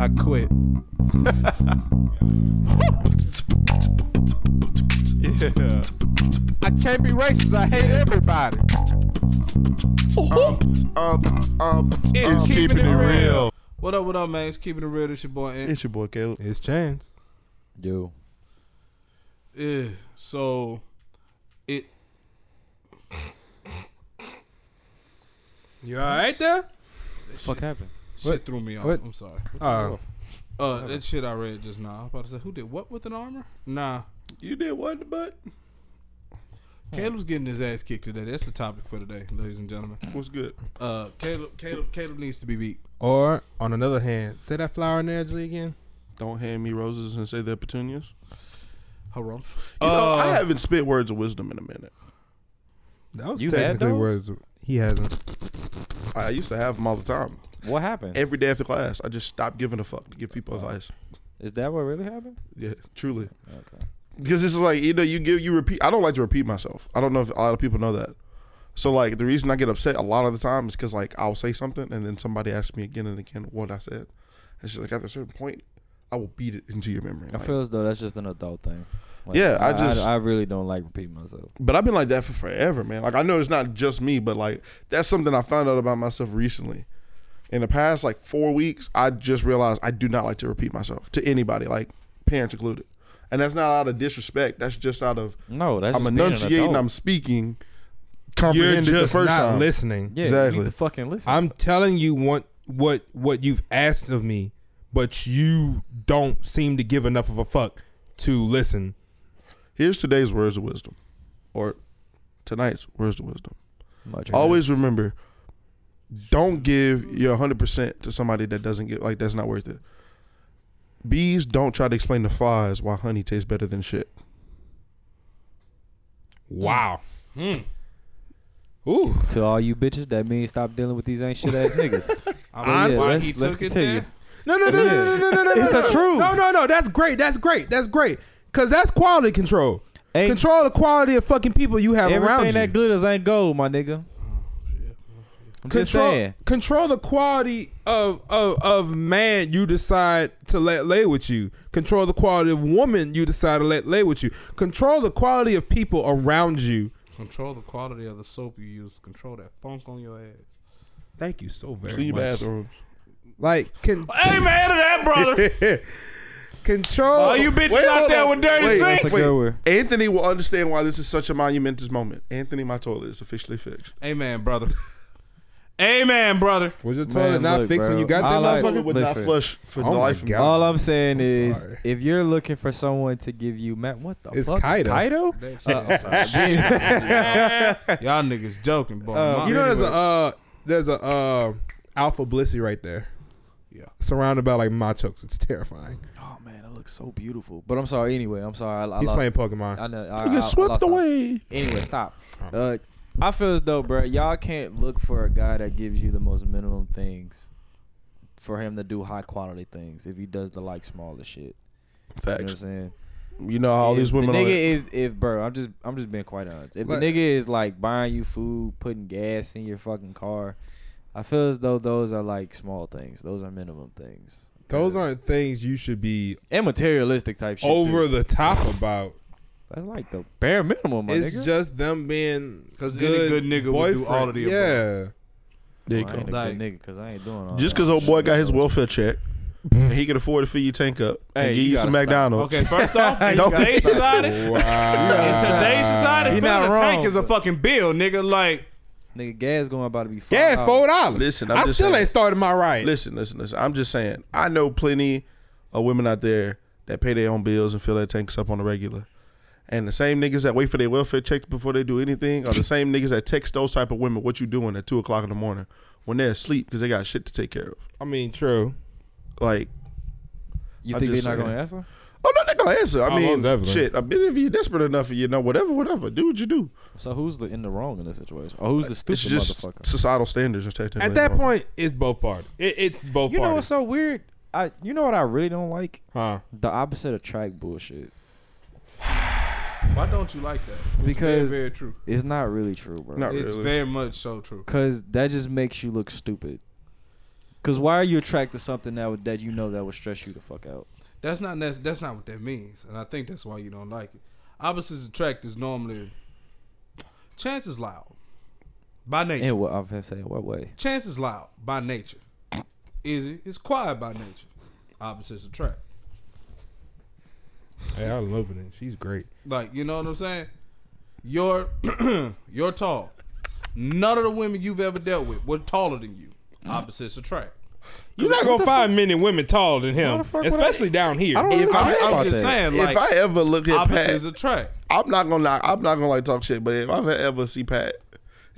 I quit. Yeah. I can't be racist. I hate everybody. Um, um, It's um, keeping it real. real. What up, what up, man? It's keeping it real. This your boy. Ant. It's your boy Caleb. It's Chance. Yo. Yeah. So it. You all right there? Fuck happened? Shit What? threw me off. What? I'm sorry. Oh. Uh, that shit I read just now. I was about to say, who did what with an armor? Nah. You did what in the butt? Caleb's getting his ass kicked today. That's the topic for today, ladies and gentlemen. What's good? Uh, Caleb, Caleb, Caleb needs to be beat. Or on another hand, say that flower in Angela again. Don't hand me roses and say they're petunias. Harumph. You know, I Uh, haven't spit words of wisdom in a minute. That was You had technically those? words. He hasn't. I used to have them all the time. What happened? Every day after class, I just stopped giving a fuck to give people advice. Is that what really happened? Yeah, truly. Okay. Because this is like you know you give you repeat. I don't like to repeat myself. I don't know if a lot of people know that. So like the reason I get upset a lot of the time is because like I'll say something and then somebody asks me again and again what I said. It's just like at a certain point, I will beat it into your memory. I Like, feel as though that's just an adult thing. Like, Yeah, I just- I, really don't like repeating myself. But I've been like that for forever, man. Like I know it's not just me, but like that's something I found out about myself recently. In the past like four weeks, I just realized I do not like to repeat myself to anybody, like parents included. And that's not out of disrespect. That's just out of No, that's I'm just being an enunciating, adult. I'm speaking, You're comprehended just the first not time. listening. yeah, You exactly. need to fucking listen. I'm telling you what what what you've asked of me, but you don't seem to give enough of a fuck to listen. Here's today's words of wisdom, or tonight's words of wisdom. Much Always remember, don't give your 100% to somebody that doesn't get, like, that's not worth it. Bees don't try to explain to flies why honey tastes better than shit. Hmm. Wow. Ooh. to all you bitches that mean stop dealing with these ain't shit ass niggas. I'm Oh, yeah, why let's- he let's took it continue. there. No, no, no, no, no, no, no, no. It's the no, no. truth. No, no, no. That's great. That's great. That's great. Cause that's quality control. Ain't- control the quality of fucking people you have Everything around you. that glitters ain't gold, my nigga. I'm just saying. control the quality of, of of man you decide to let lay with you. Control the quality of woman you decide to let lay with you. Control the quality of people around you. Control the quality of the soap you use. Control that funk on your ass. Thank you so very Clean your much. bathrooms. Like can Hey man, that brother. control. All you bitches Wait, out hold there on. with dirty Wait, things. That's a good one. Anthony will understand why this is such a monumentous moment. Anthony, my toilet is officially fixed. Amen, brother. Amen, brother. was your toilet Man, not look, fixed when bro. you got I there? like- motherfucker? Motherfucker would listen. not flush for Oh the my life of me. God. All I'm saying I'm is, sorry. if you're looking for someone to give you, man, what the It's fuck? Kaido. Kaido? Uh, Y'all niggas joking, boy. Uh, My- you know, there's a Oh, anyway. uh, there's a uh, alpha blissy right there. Yeah. Surrounded by like machokes, it's terrifying. Oh man, it looks so beautiful. But I'm sorry anyway. I'm sorry. I, I He's lost, playing Pokemon. I know. I, You I- I get swept lost my- away. Oh, Anyway, stop. I'm sorry. Uh, I feel as though, bro, y'all can't look for a guy that gives you the most minimum things for him to do high quality things if he does the like smaller shit. You know what I'm Facts. saying? You know how all If these women The nigga are. is if bro, I'm just I'm just being quite honest. If Like- the nigga is like buying you food, putting gas in your fucking car, I feel as though those are like small things. Those are minimum things. Those Because- aren't things you should be and materialistic type shit. over too. the top about. that's like the bare minimum, my it's nigga. just them being 'Cause any good. good nigga would do all of the boyfriend. Yeah, There you Well, go. I ain't a Like- good nigga because I ain't doing all Just that because old boy shit, got his bro. welfare check, and he can afford to fill your tank up Hey, and give you you some gotta stop. McDonald's. Okay, first off, in Don't- today's society, in today's society, You're filling not a tank wrong, is a but- fucking bill, nigga. Like, Nigga, gas going about to be five. yeah, four dollars. Listen, I'm I just still saying. ain't started my ride. Listen, listen, listen. I'm just saying. I know plenty of women out there that pay their own bills and fill their tanks up on the regular. And the same niggas that wait for their welfare check before they do anything are the same niggas that text those type of women what you doing at two o'clock in the morning when they're asleep because they got shit to take care of. I mean, true. Like, You I'm think just they're not saying. gonna answer? oh no, they gonna answer. I Oh, most mean, definitely. shit. I mean, if you're desperate enough, you know, whatever, whatever, do what you do. So who's the, in the wrong in this situation? Or who's the stupid It's just motherfucker? societal standards are technically At that wrong. point, it's both parties. It, it's both You know what's parties. so weird? I you know what I really don't like? huh? The opposite attract bullshit. why don't you like that? It's Because- very, very true. It's not really true, bro. Not It's really. very much so true. Cause that just makes you look stupid. Cause why are you attracted to something that would, that you know that would stress you the fuck out? That's not nec- that's not what that means, and I think that's why you don't like it. Opposites attract is normally chance is loud by nature. And what I'm gonna say, what way? Chance is loud by nature. Easy, it's quiet by nature. Opposites attract. Hey, I love it. She's great. Like you know what I'm saying? You're you're tall. None of the women you've ever dealt with were taller than you. Opposites attract. You're not gonna find men and women taller than Why him, the fuck would especially down here. I don't If really I- think I'm about just that. saying. And, like, if I ever look at Pat, Opposites attract. I'm not gonna knock, I'm not gonna like talk shit. But if I ever see Pat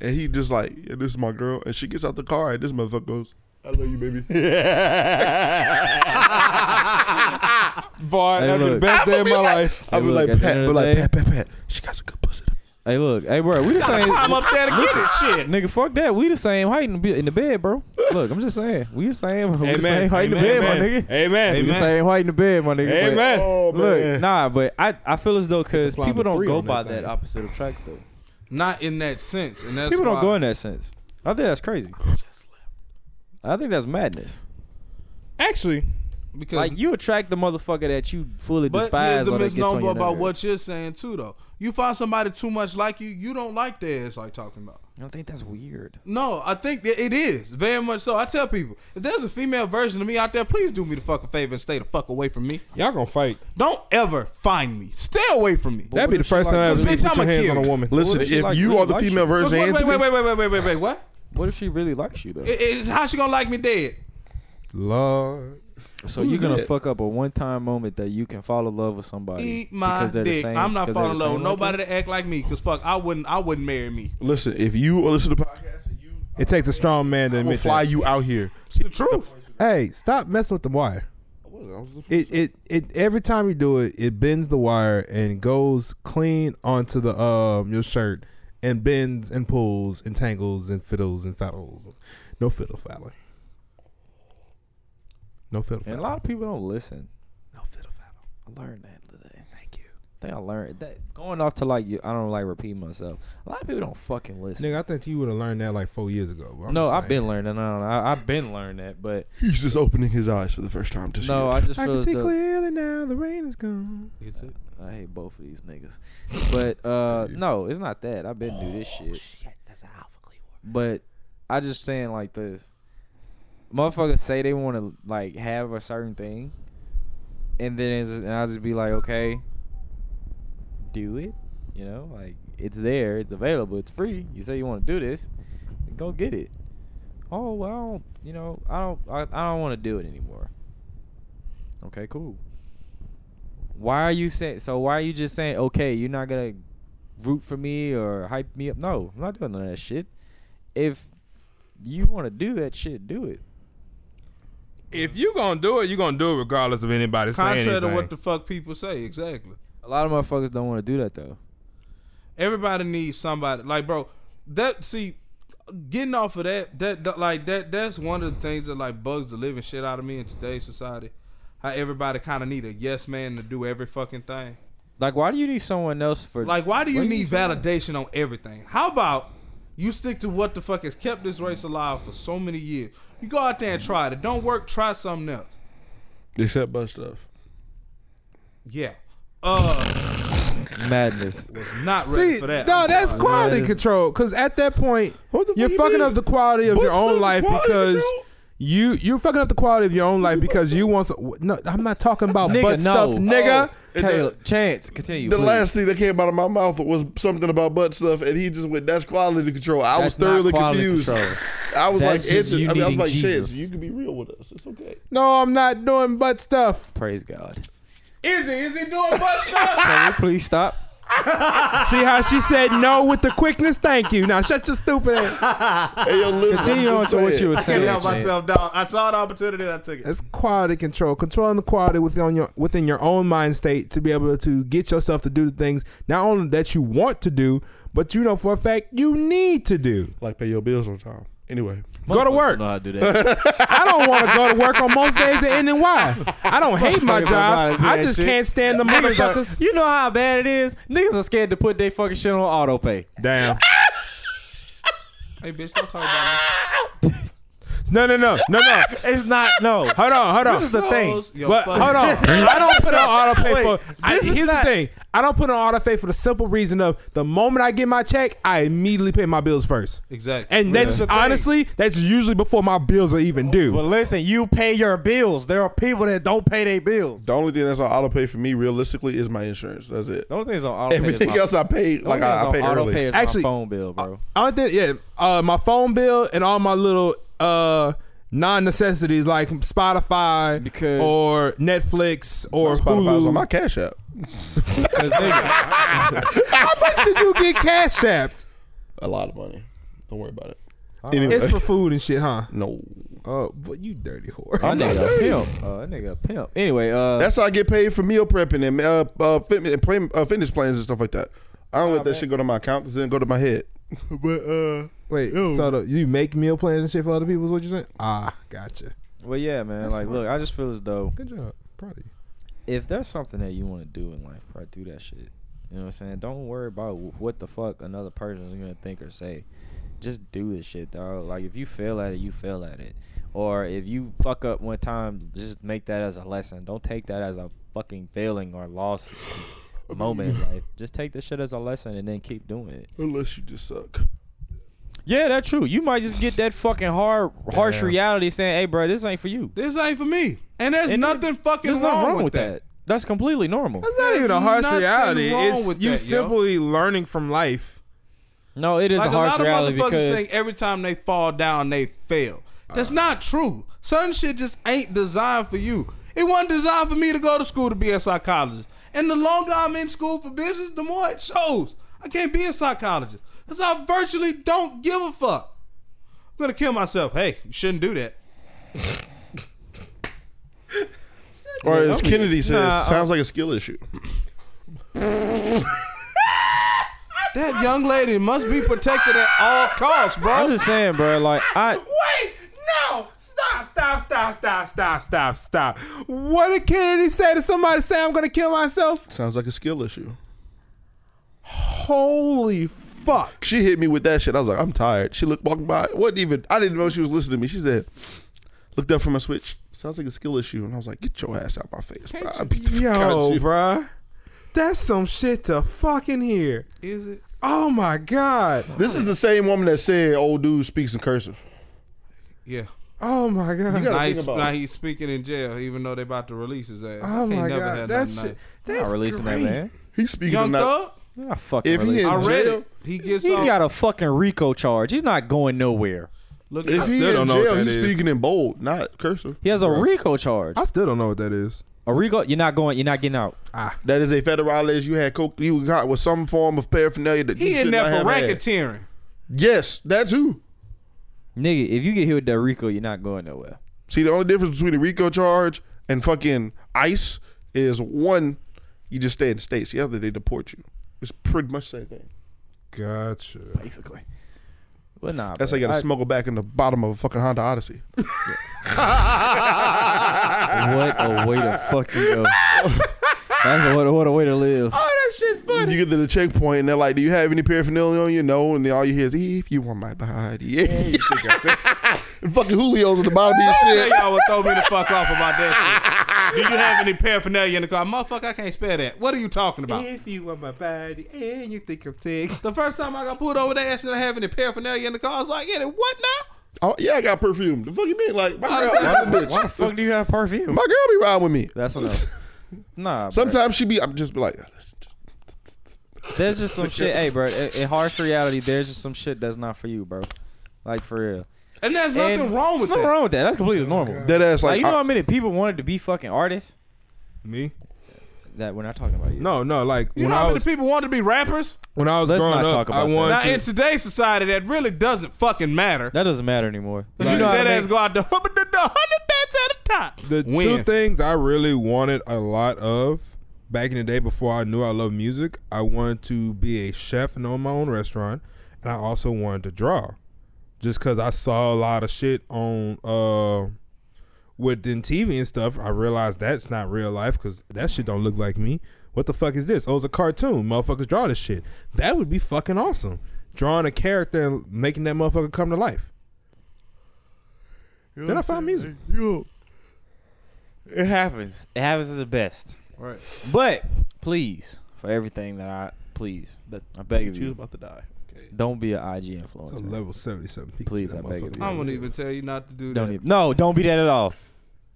and he just like, yeah, this is my girl, and she gets out the car and this motherfucker goes, I love you, baby. Boy, Hey, that's the look. best day of my life. I be look, like at the Pat, end of but the like day- Pat, Pat, Pat. She got some good pussy. Hey, look, hey, bro, we the same. I'm up there to get it. Shit. Nigga, fuck that. We the same height in the, be- in the bed, bro. Look, I'm just saying. We the same. We the same height in the bed, my nigga. Amen. We the same height in the bed, my nigga. But Amen. Oh Look, nah, but I, I feel as though because Multiply people by don't three go on by that that, thing. opposite of tracks though. Not in that sense, and that's people why- don't go in that sense. I think that's crazy. I think that's madness. Actually, because Like you attract the motherfucker that you fully But here's despise the or that gets on misnomer your about nerves. what you're saying too, though. You find somebody too much like you, you don't like theirs, like talking about. I don't think that's weird. No, I think that it is very much so. I tell people if there's a female version of me out there, please do me the fucking favor and stay the fuck away from me. y'all gonna fight. Don't ever find me. Stay away from me. That'd what be the if she first like- time I ever Bitch, see you put I'ma your hands kill on a you. woman. Listen, What if she if like you really are the likes you? female Wait, version of wait, wait, Anthony, wait, wait, wait, wait, wait, wait, wait. What? What if she really likes you though? It, it's how she gonna like me dead? Lord, so who you're do gonna that? fuck up a one time moment that you can fall in love with somebody. Eat my because they're the dick. same- I'm not because they're falling in the love same with like you? nobody to act like me. Cause fuck, I wouldn't. I wouldn't marry me. listen, if you are listening to the podcast, and you, it takes a strong man to I'm gonna admit fly that. you out here. It's the truth. Hey, stop messing with the wire. It, it it every time you do it, it bends the wire and goes clean onto the um your shirt and bends and pulls and tangles and fiddles and faddles. No fiddle faddling. No fiddle And a faddling. lot of people don't listen. No fiddle faddle. I learned that today. Thank you. I think I learned that going off to like you, I don't like repeat myself. A lot of people don't fucking listen. Nigga, I think you would have learned that like four years ago. but I'm no, just I've saying. been learning. No, no, I, I've been learning that, but He's just opening his eyes for the first time to see. no, it. I just I feel can as see though- clearly now. The rain is gone. I hate both of these niggas, but uh, no, it's not that. I've been through this shit. But I just saying like this, motherfuckers say they want to like have a certain thing, and then it's just, and I just be like, okay, do it. You know, like it's there, it's available, it's free. You say you want to do this, then go get it. Oh well, I don't, you know, I don't, I, I don't want to do it anymore. Okay, cool. Why are you saying? So why are you just saying, okay, you're not gonna root for me or hype me up? No, I'm not doing none of that shit. If you want to do that shit, do it. If you gonna do it, you gonna do it regardless of anybody Contrary to what the fuck people say, exactly. A lot of motherfuckers don't want to do that though. Everybody needs somebody. Like, bro, that see, getting off of that, that, that- like that, that's one of the things that like bugs the living shit out of me in today's society. How everybody kind of need a yes man to do every fucking thing. Like, why do you need someone else for? Like, why do you Why do you need say that? validation on everything? How about you stick to what the fuck has kept this race alive for so many years? You go out there and try it. It don't work. Try something else. except butt stuff. Yeah. Uh, madness? was not ready See, for that. no, I'm that's sorry. quality That is- control. Because at that point, What the fuck you're you fucking mean? up the quality of Butt your own stuff, life quality because control? you you're fucking up the quality of your own life because you want. Some, no, I'm not talking about Nigga, butt no. stuff, nigga. Oh. And Taylor, chance, continue. The please. last thing that came out of my mouth was something about butt stuff, and he just went, "That's quality control." I was That's not thoroughly quality confused. control. I was That's like, just Anthony- you I, mean, I was needing like, Jesus. Chance, you can be real with us. It's okay. No, I'm not doing butt stuff. Praise God. Is he? Is he doing butt stuff? Can we please stop? See how she said no with the quickness? Thank you. Now shut your stupid ass. Hey, yo, listen. Continue I'm on just to what saying. you were I can't saying. help Chance. myself, dog. I saw the opportunity, I took it. That's quality control, controlling the quality within your within your own mind state to be able to get yourself to do the things not only that you want to do, but you know for a fact you need to do. Like pay your bills on time. Anyway, Go to work. No, I do that. I don't want to go to work on most days at NY. I don't hate Motherfuckers my don't job. do I that just shit. can't stand the Motherfuckers, motherfuckers. you know how bad it is. Niggas are scared to put their fucking shit on auto pay. Damn. Hey, bitch, don't talk about me. No, no, no, no, no. It's not no. Hold on, hold on. This is the thing. Close your but fucking- hold on, I don't put on auto pay for. I, this is here's not- the thing: I don't put on auto pay for the simple reason of the moment I get my check, I immediately pay my bills first, Exactly. and That's that's the thing. honestly that's usually before my bills are even due. But listen, you pay your bills. There are people that don't pay their bills. The only thing that's on auto pay for me realistically is my insurance. That's it. Those things on auto Everything else I paid, like I, I paid auto early. pay is Actually- my phone bill, bro. I think yeah, uh, my phone bill and all my little uh non necessities like Spotify Because- or Netflix or Spotify was Hulu. on my Cash App. Cause nigga, How much did you get cash apped? A lot of money. Don't worry about it. It's for food and shit, huh? No, Uh, but you dirty whore. that nigga a pimp. Uh, that nigga a pimp. Anyway, uh, that's how I get paid for meal prepping and uh, uh, fitness, and plan, uh, fitness plans and stuff like that. I don't let that shit go to my account because it didn't go to my head. but uh, Wait, so the, you make meal plans and shit for other people? Is what you saying? Ah, gotcha. well, yeah, man. That's like, smart. look, I just feel as though Good job. Proud of you. if there's something that you want to do in life, bro, do that shit. You know what I'm saying? Don't worry about wh- what the fuck another person is gonna think or say. Just do this shit, dog. Like if you fail at it, you fail at it. Or if you fuck up one time, just make that as a lesson. Don't take that as a fucking failing or lost moment in life. Just take this shit as a lesson and then keep doing it. unless you just suck. Yeah, that's true. You might just get that fucking hard, harsh Yeah. reality saying, "Hey, bro, this ain't for you." This ain't for me. And there's And nothing fucking There's wrong, nothing with, that. That's completely normal. That's not There's even a harsh nothing reality. wrong It's with you that, yo. simply learning from life. No, it is Like a a, harsh lot of reality motherfuckers because Uh. think every time they fall down, they fail. That's not true. Certain shit just ain't designed for you. It wasn't designed for me to go to school to be a psychologist. And the longer I'm in school for business, the more it shows. I can't be a psychologist. Because I virtually don't give a fuck. I'm going to kill myself. Hey, you shouldn't do that. Or as Kennedy says, Nah, um, sounds like a skill issue. That young lady must be protected at all costs, bro. I'm just saying, bro. Like I, Wait, no! Stop! Stop! Stop! Stop! Stop! Stop! Stop! What did Kennedy say to somebody? Say I'm gonna kill myself? Sounds like a skill issue. Holy fuck! She hit me with that shit. I was like, I'm tired. She looked walked by. wasn't even. I didn't know she was listening to me. She said, looked up from my switch. Sounds like a skill issue. And I was like, get your ass out my face. Bro. I beat the fuck out of Yo, you. bruh. That's some shit to fucking hear. Is it? Oh my god. This is the same woman that said old dude speaks in cursive. Yeah. Oh my god. gotta Now think he's, about now it. he's speaking in jail, even though they about to release his ass. Oh He my never god. had That's nothing shit. nice. That's not releasing great. that man. He's speaking Young of not. Thug, You're not fucking. If he releasing- in I read jail, it. He gets he off. got a fucking RICO charge. He's not going nowhere. look, if I- he still in don't know what jail, that he's is. speaking in bold, not cursive. He has a RICO charge. I still don't know what that is. A RICO. You're not going. You're not getting out. That is a federales. You had coke. You got with some form of paraphernalia that you he in should there not for have had. racketeering. Yes, that too. Nigga, if you get hit with that RICO, you're not going nowhere. See, the only difference between a RICO charge and fucking ICE is one, you just stay in the states. The other, they deport you. It's pretty much the same thing. Gotcha. Basically. But nah. That's bro. like you gotta I- smuggle back in the bottom of a fucking Honda Odyssey. What a way to fucking go. That's a, what, a, what a way to live. Oh, that shit funny. You get to the checkpoint and they're like, "Do you have any paraphernalia on you?" No, and then all you hear is, "If you want my body, yeah." and fucking Julio's at the bottom of your Tell shit. y'all would throw me the fuck off about that shit. Do you have any paraphernalia in the car? Motherfucker, I can't spell that. What are you talking about? If you want my body and you think I'm ticked. The first time I got pulled over, they asked me if I have any paraphernalia in the car. I was like, yeah, then what now? Oh yeah, I got perfume. The fuck you mean? Like my girl, Why I'm a bitch. Why the fuck do you have perfume? My girl be riding with me. That's enough. Nah. bro. Sometimes she be. I'm just be like, "Listen, just- There's just some shit. Hey, bro. In, in harsh reality, there's just some shit that's not for you, bro. Like for real. And there's nothing And wrong with there's nothing that. wrong with that. That's completely normal. dead ass. Like, Like you know I- how many people wanted to be fucking artists? Me? That we're not talking about you. No, no. Like You when know how I many was people want to be rappers? when I was Let's growing not up, talk I about that. wanted Now, to- in today's society, that really doesn't fucking matter. that doesn't matter anymore. Cause you you know how to that ass make- go out the hundred bats at a time. The two When? things I really wanted a lot of back in the day before I knew I loved music, I wanted to be a chef and own my own restaurant, and I also wanted to draw, just because I saw a lot of shit on uh within TV and stuff. I realized that's not real life because that shit don't look like me. What the fuck is this? Oh, it's a cartoon. Motherfuckers draw this shit. That would be fucking awesome. Drawing a character and making that motherfucker come to life. Then I found music. It happens. It happens to the best. Right. But please, for everything that I please, I beg of She's you, about to die. don't be an IG It's a influencer. level seventy something. Please, I beg you. I won't even tell you not to do Don't that. even. No, don't be that at all.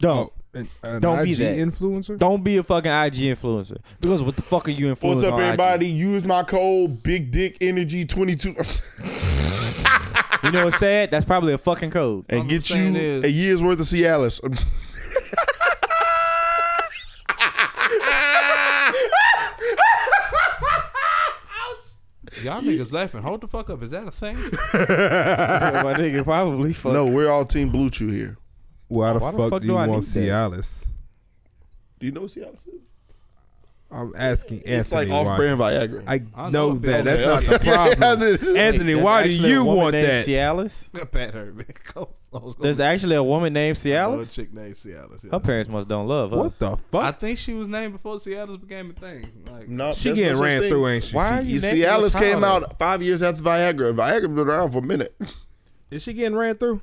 Don't. Oh, an, an Don't IG be that. influencer. Don't be a fucking IG influencer because what the fuck are you influencing? What's up, on IG? everybody? Use my code Big Dick Energy twenty two, You know what's sad? That's probably a fucking code. and I'm get you saying is- a year's worth of Cialis. Y'all niggas laughing. Hold the fuck up. Is that a thing? my nigga, probably fuck. no, we're all Team Blue Chew here. Why the Why the fuck, fuck do do you I want need that? Cialis? Do you know what Cialis is? I'm asking Anthony. It's like why. off-brand Viagra. I I know know it feels that. That's not like- the problem. Anthony, There's why do actually a you woman want named that? Cialis. Pat Herb, man. Go- I was gonna There's actually a woman named I know a Cialis. chick named Cialis. yeah. Her parents must don't love her. What the I fuck? think she was named before Cialis became a thing. Like, no, She there's getting no such ran thing. through, ain't she? Why are She- you You naming see, your Alice came child? out five years after Viagra. Viagra been around for a minute. Is she getting ran through?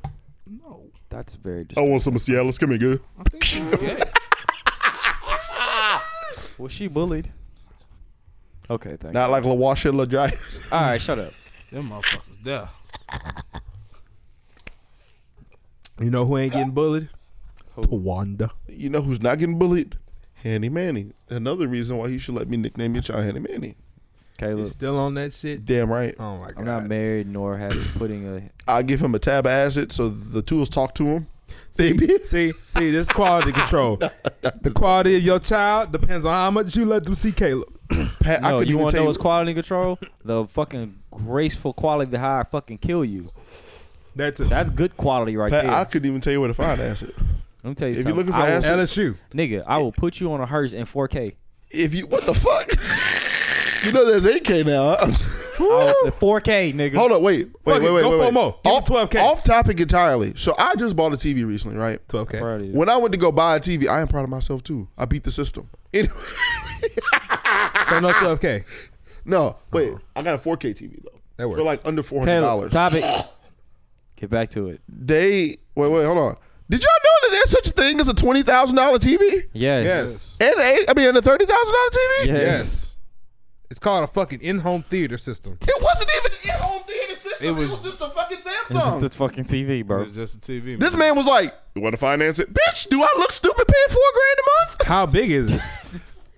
no. That's very. I Dis- want some of Cialis. Come here, good. I think she was gay. Was she bullied? Okay, thank Not like LaWasha LaDry. you. All right, shut up. Them motherfuckers there. You know who ain't getting bullied? Who? Tawanda. you know who's not getting bullied? Handy Manny. Another reason why you should let me nickname your child Handy Manny. You Caleb, still on that shit? Damn right. Oh my god. I'm not married nor have putting a. I give him a tab of acid so the tools talk to him. See, see, see, this quality control. The quality of your child depends on how much you let them see Caleb. Pat, I couldn't even No, you want to tell know you. what's quality control? The fucking graceful quality to how I fucking kill you. That's it. That's good quality right Pat, there. I couldn't even tell you where to find acid. Let me tell you if you're something. looking for I will- acid- LSU. nigga, I will put you on a hearse in 4K. If you what the fuck? you know there's 8K now. huh? I'll- the 4K, nigga. Hold up, wait, wait, Fuck it, wait, wait, go wait, for wait. more. Give me 12K. Off topic entirely. So I just bought a TV recently, right? 12K. Proud of you. When I went to go buy a TV, I am proud of myself too. I beat the system. Anyway, So no 12K. no, wait, I got a 4K TV though. Uh-huh. That works. For like under four hundred Caleb, dollars. topic. Get back to it. They wait, wait, hold on. Did y'all know that there's such a thing as a twenty thousand dollar TV Yes. and a eight, I mean, and a thirty thousand dollar TV? Yes. Yes. It's called a fucking in-home theater system. It wasn't even in home theater system. It It was- was, just a fucking This is Samsung. the fucking TV, bro. It's just a TV. this man was like, "You want to finance it, bitch? Do I look stupid paying four grand a month? How big is it?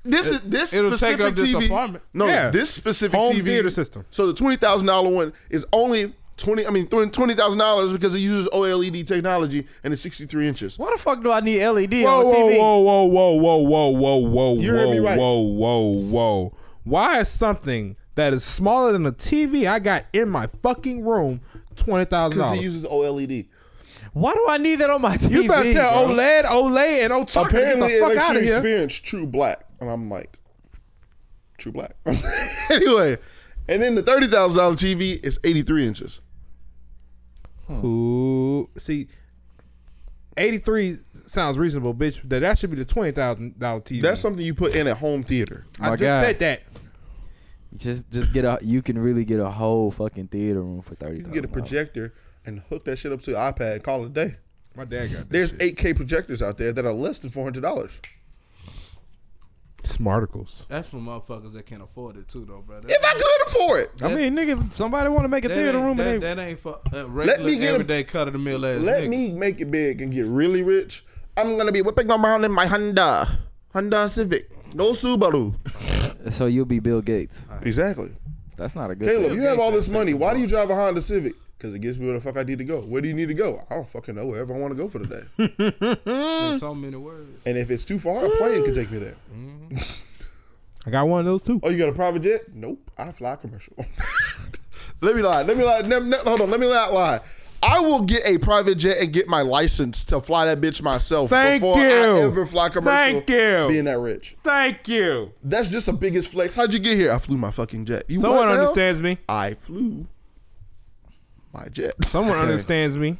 This is this it'll take specific up this TV. apartment. No, Yeah. this specific Home TV theater system. So the twenty thousand dollar one is only twenty. I mean, twenty thousand dollars because it uses OLED technology and it's sixty three inches. Why the fuck do I need LED Whoa, on whoa, TV? whoa, whoa, whoa, whoa, whoa, whoa, whoa, You heard me whoa, right. whoa, whoa, whoa. Why is something that is smaller than a TV I got in my fucking room twenty thousand Because it dollars? uses E OLED. Why do I need that on my TV? You better tell bro? OLED, Olay, and Otaka to get Apparently, the it fuck out lets of you here. experience true black, and I'm like, true black. anyway, and then the thirty thousand dollar TV is eighty three inches. Ooh, see, eighty three sounds reasonable, bitch. That that should be the twenty thousand dollar TV. That's something you put in at home theater. I My just God. said that. Just, just get a. You can really get a whole fucking theater room for thirty. You can get a projector and hook that shit up to your iPad and call it a day. My dad got Oh, that. There's shit. 8K projectors out there that are less than four hundred dollars. smarticles. That's for motherfuckers that can't afford it too, though, bro. That- If I could afford it, I mean, nigga, if somebody want to make a that theater ain't- room that, and they. that ain't for uh, regular me get a- everyday cut of the mill ass. let niggas. me make it big and get really rich. I'm gonna be whipping around in my Honda, Honda Civic, no Subaru. So you'll be Bill Gates. Exactly. That's not a good. Caleb, thing. you have all this money. Why do you drive a Honda Civic? Because it gets me where the fuck I need to go. Where do you need to go? I don't fucking know. Wherever I want to go for the day. In so many words. and if it's too far, a plane can take me there. I got one of those too. Oh, you got a private jet? Nope. I fly commercial. let me lie. Let me lie. Ne- ne- hold on. Let me not lie. I will get a private jet and get my license to fly that bitch myself Thank before I you. ever fly commercial. Thank you. Being that rich. Thank you. That's just the biggest flex. How'd you get here? I flew my fucking jet. You what Someone now? understands me. I flew my jet. Someone understands me.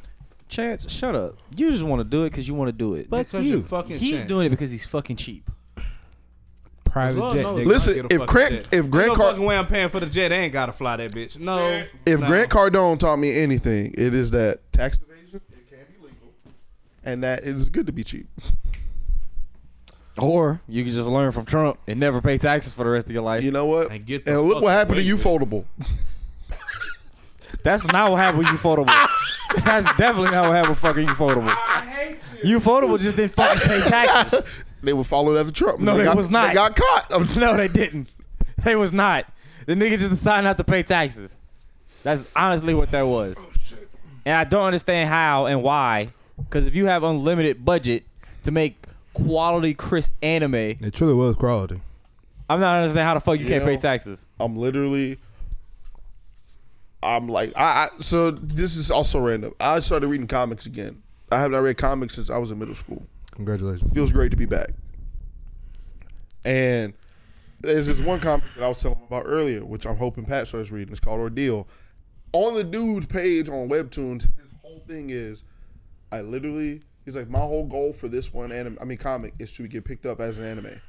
Chance, shut up. You just want to do it because you want to do it. Fuck Because you. you fucking he's chance. doing it because he's fucking cheap. Private Lord jet. knows nigga. I'll Listen, get a if fucking Grant- jet. if Ain't Grant no Car- fucking way I'm paying for the jet, I ain't gotta fly that bitch. No, If no. Grant Cardone taught me anything, it is that tax evasion it can be legal, and that it is good to be cheap. Or you can just learn from Trump and never pay taxes for the rest of your life. You know what? And get the And look fuck what happened to away you, with foldable. That's not what happened with you foldable. That's definitely not what happened with fucking you foldable. I hate You foldable just didn't fucking pay taxes. They were following after Trump. No, they they got, was not. They got caught. I'm- No, they didn't. They was not. The nigga just decided not to pay taxes. That's honestly what that was. And I don't understand how and why. Because if you have unlimited budget to make quality crisp anime, It truly was quality. I'm not understanding how the fuck you can't Yeah. pay taxes. I'm literally. I'm like I, I. So this is also random. I started reading comics again. I have not read comics since I was in middle school. Congratulations. feels great to be back. And there's this one comic that I was telling about earlier, which I'm hoping Pat starts reading. It's called Ordeal. On the dude's page on Webtoons, his whole thing is, I literally, he's like, my whole goal for this one anime, I mean comic, is to get picked up as an anime.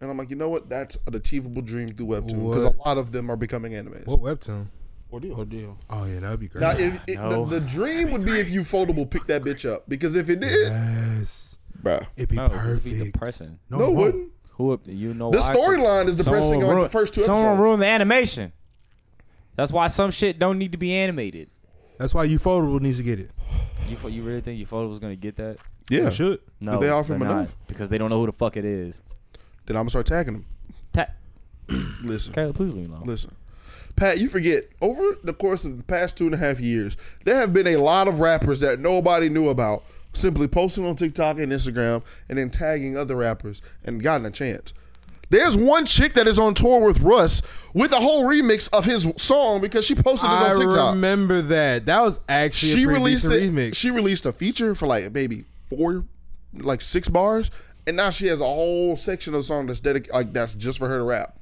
And I'm like, you know what? That's an achievable dream through Webtoon because a What? lot of them are becoming animes. What webtoon? you. Ordeal. Oh yeah, that'd be great. Now, if it, No. the, the dream would be if you foldable picked that bitch up because if it did, yes, bruh, it'd be perfect. depressing. no, it won't. wouldn't. Who you know? The storyline is depressing on the first two Someone episodes. ruined the animation. That's why some shit don't need to be animated. That's why you foldable needs to get it. You fo- you really think you foldable was gonna get that? yeah, You should. No, Did they offer they're him a not, knife? because they don't know who the fuck it is. then I'm gonna start tagging them. Ta- Listen, Caleb, please leave me alone. listen, Pat. You forget over the course of the past two and a half years, there have been a lot of rappers that nobody knew about simply posting on TikTok and Instagram and then tagging other rappers and gotten a chance. There's one chick that is on tour with Russ with a whole remix of his song because she posted it I on TikTok. remember that. That was actually she a pretty released decent it, remix. She released a feature for like maybe four, like six bars, and now she has a whole section of the song that's dedicated, like that's just for her to rap.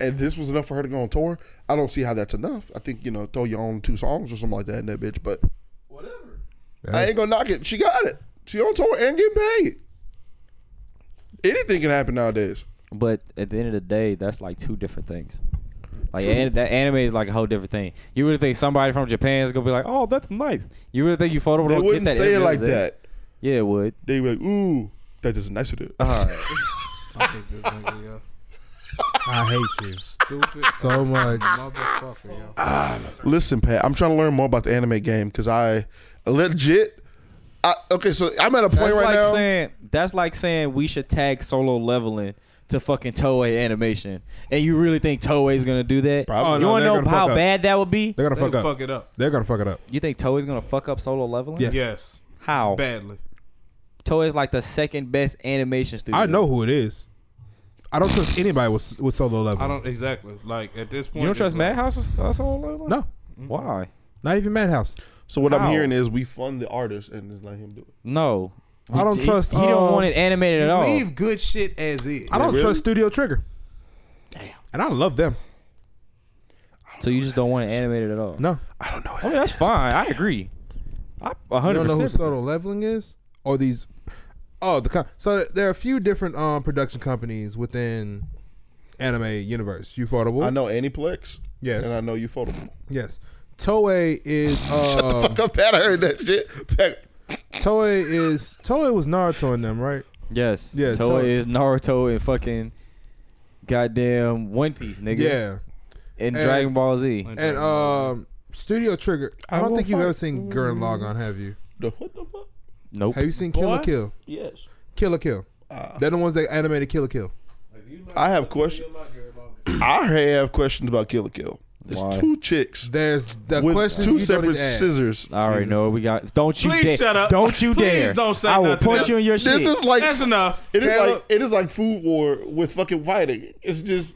And this was enough for her to go on tour. I don't see how that's enough. I think you know throw your own two songs or something like that in that bitch, but whatever. I ain't gonna knock it. She got it. She on tour and getting paid. Anything can happen nowadays. But at the end of the day, that's like two different things. Like an, that anime is like a whole different thing. You really think somebody from Japan is gonna be like, "Oh, that's nice." You really think you foldable? They don't wouldn't get that say it every like other day? that. Yeah, it would. They be like, ooh, that is nice of it. I hate this nigga, yo. I hate you Stupid so much. motherfucker, yo. Listen, Pat, I'm trying to learn more about the anime game because I legit. I, okay, so I'm at a point That's right like now. saying that's like saying we should tag solo leveling to fucking Toei animation, and you really think Toei is gonna do that? Probably. Oh, You no, want they're to know gonna how fuck up. bad that would be? They're gonna They fuck fuck, up. it up. They're gonna fuck it up. You think Toei's gonna fuck up solo leveling? Yes. Yes. How? Badly. Toei's like the second best animation studio. I know who it is. I don't trust anybody with with solo level. I don't exactly like at this point. You don't it's trust like- Madhouse with uh, solo leveling? No, Why? not even Madhouse. So what How? I'm hearing is we fund the artist and just let him do it. No. I don't he, trust, He don't um, want it animated at all. Leave good shit as is. I don't really? trust Studio Trigger. Damn. And I love them. So you just don't want it animated at all. No, I don't know. I mean, that's fine. I agree. I a I hundred don't know who percent. Solo Leveling is or these. Oh, the co- so there are a few different um production companies within anime universe. Ufotable. I know Aniplex. Yes. And I know you foldable. Yes. Toei is uh Fuck up, Pat. I heard that shit. Pat, Toei is Toei was Naruto in them, right? Yes. Yeah, Toei Toei. is Naruto and fucking goddamn One Piece, nigga. Yeah. And, and- Dragon Ball Z. And um Studio Trigger. I, I don't will think you've ever fight. seen Gurren Lagann, have you? the, what the fuck? Nope. Have you seen Kill la Boy. Kill? Yes. Kill la Kill. Uh, They're the ones that animated Kill la Kill. I have questions. I have questions about Kill la Kill. There's Why? two chicks There's the with question two you don't need separate to ask. scissors. I already know what we got. Don't you Please dare. shut up. Don't you Please dare. don't say I will nothing punch else. you in your shit. This is like That's enough. It is Caleb- like it is like food war with fucking fighting. It's just,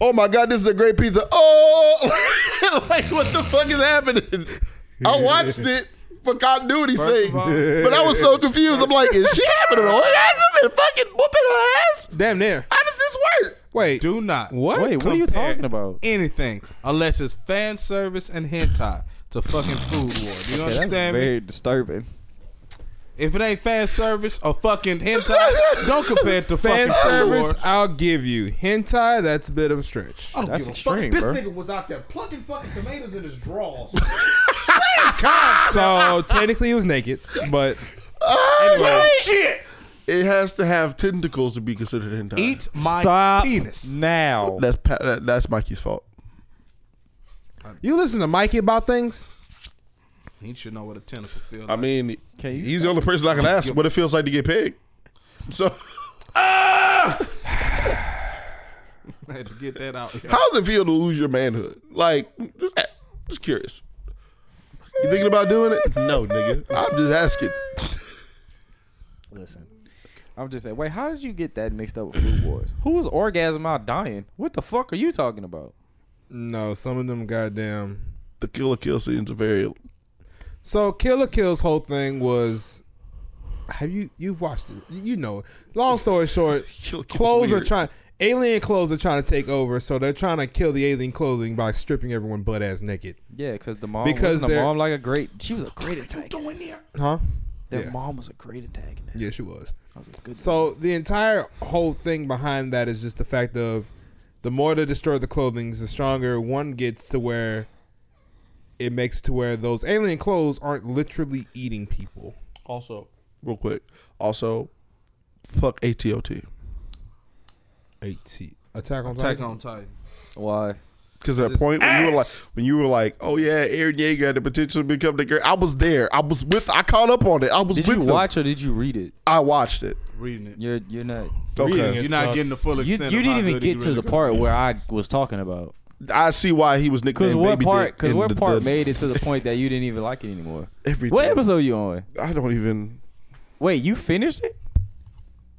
oh my god, this is a great pizza. Oh, like what the fuck is happening? I watched it for continuity's sake, all- but I was so confused. I'm like, is she having a orgasm and fucking whooping her ass? Damn near. How does this work? Wait. Do not. what? Wait, what are you compare talking about? Anything unless it's fan service and hentai to fucking food war. Do you Yeah, that's understand me? very disturbing. If it ain't fan service or fucking hentai, don't compare it to Fan fucking food service, war. I'll give you. Hentai, that's a bit of a stretch. I don't That's give a extreme, fuck. This bro. nigga was out there plucking fucking tomatoes in his drawers. So technically he was naked, but Anyway, it has to have tentacles to be considered hentai. Eat my Stop penis. now. That's pa- that, that's Mikey's fault. You listen to Mikey about things? He should know what a tentacle feels. I mean, Can you he's the only person I can ask what it feels like to get pegged. So, I had to get that out. how does it feel to lose your manhood? Like, just, just curious. You thinking about doing it? No, nigga. I'm just asking. Listen. I'm just saying, wait, how did you get that mixed up with Food Wars? Who was orgasm out dying? What the fuck are you talking about? No, some of them goddamn The Killer Kill scenes are very. So Killer Kill's whole thing was have you you've watched it. You know it. Long story short, Killer Kill's clothes are weird. trying alien clothes are trying to take over, so they're trying to kill the alien clothing by stripping everyone butt ass naked. Yeah, because the mom Because because the they're- mom like a great she was a great antagonist. Huh? Their Yeah. mom was a great antagonist. Yeah, she was. That was a good So the entire whole thing behind that is just the fact of the more they destroy the clothing, the stronger one gets to where it makes to where those alien clothes aren't literally eating people. Also, real quick. Also, fuck ATOT At Attack on Attack Titan. on Titan. why? because at a It's point when you were like, when you were like, oh yeah, Aaron Yeager had the potential to become the girl. I was there. I was with. I caught up on it. I was. Did with you them. watch or did you read it? I watched it. Reading it. You're you're not Okay. You're it not sucks. getting the full you, you extent. of didn't how even good he get to really the could- part where I was talking about. I see why he was nicknamed Cause what Baby part? Dick Cause in what the- part the- made it to the point that you didn't even like it anymore? everything? What episode you on? I don't even. Wait, you finished it?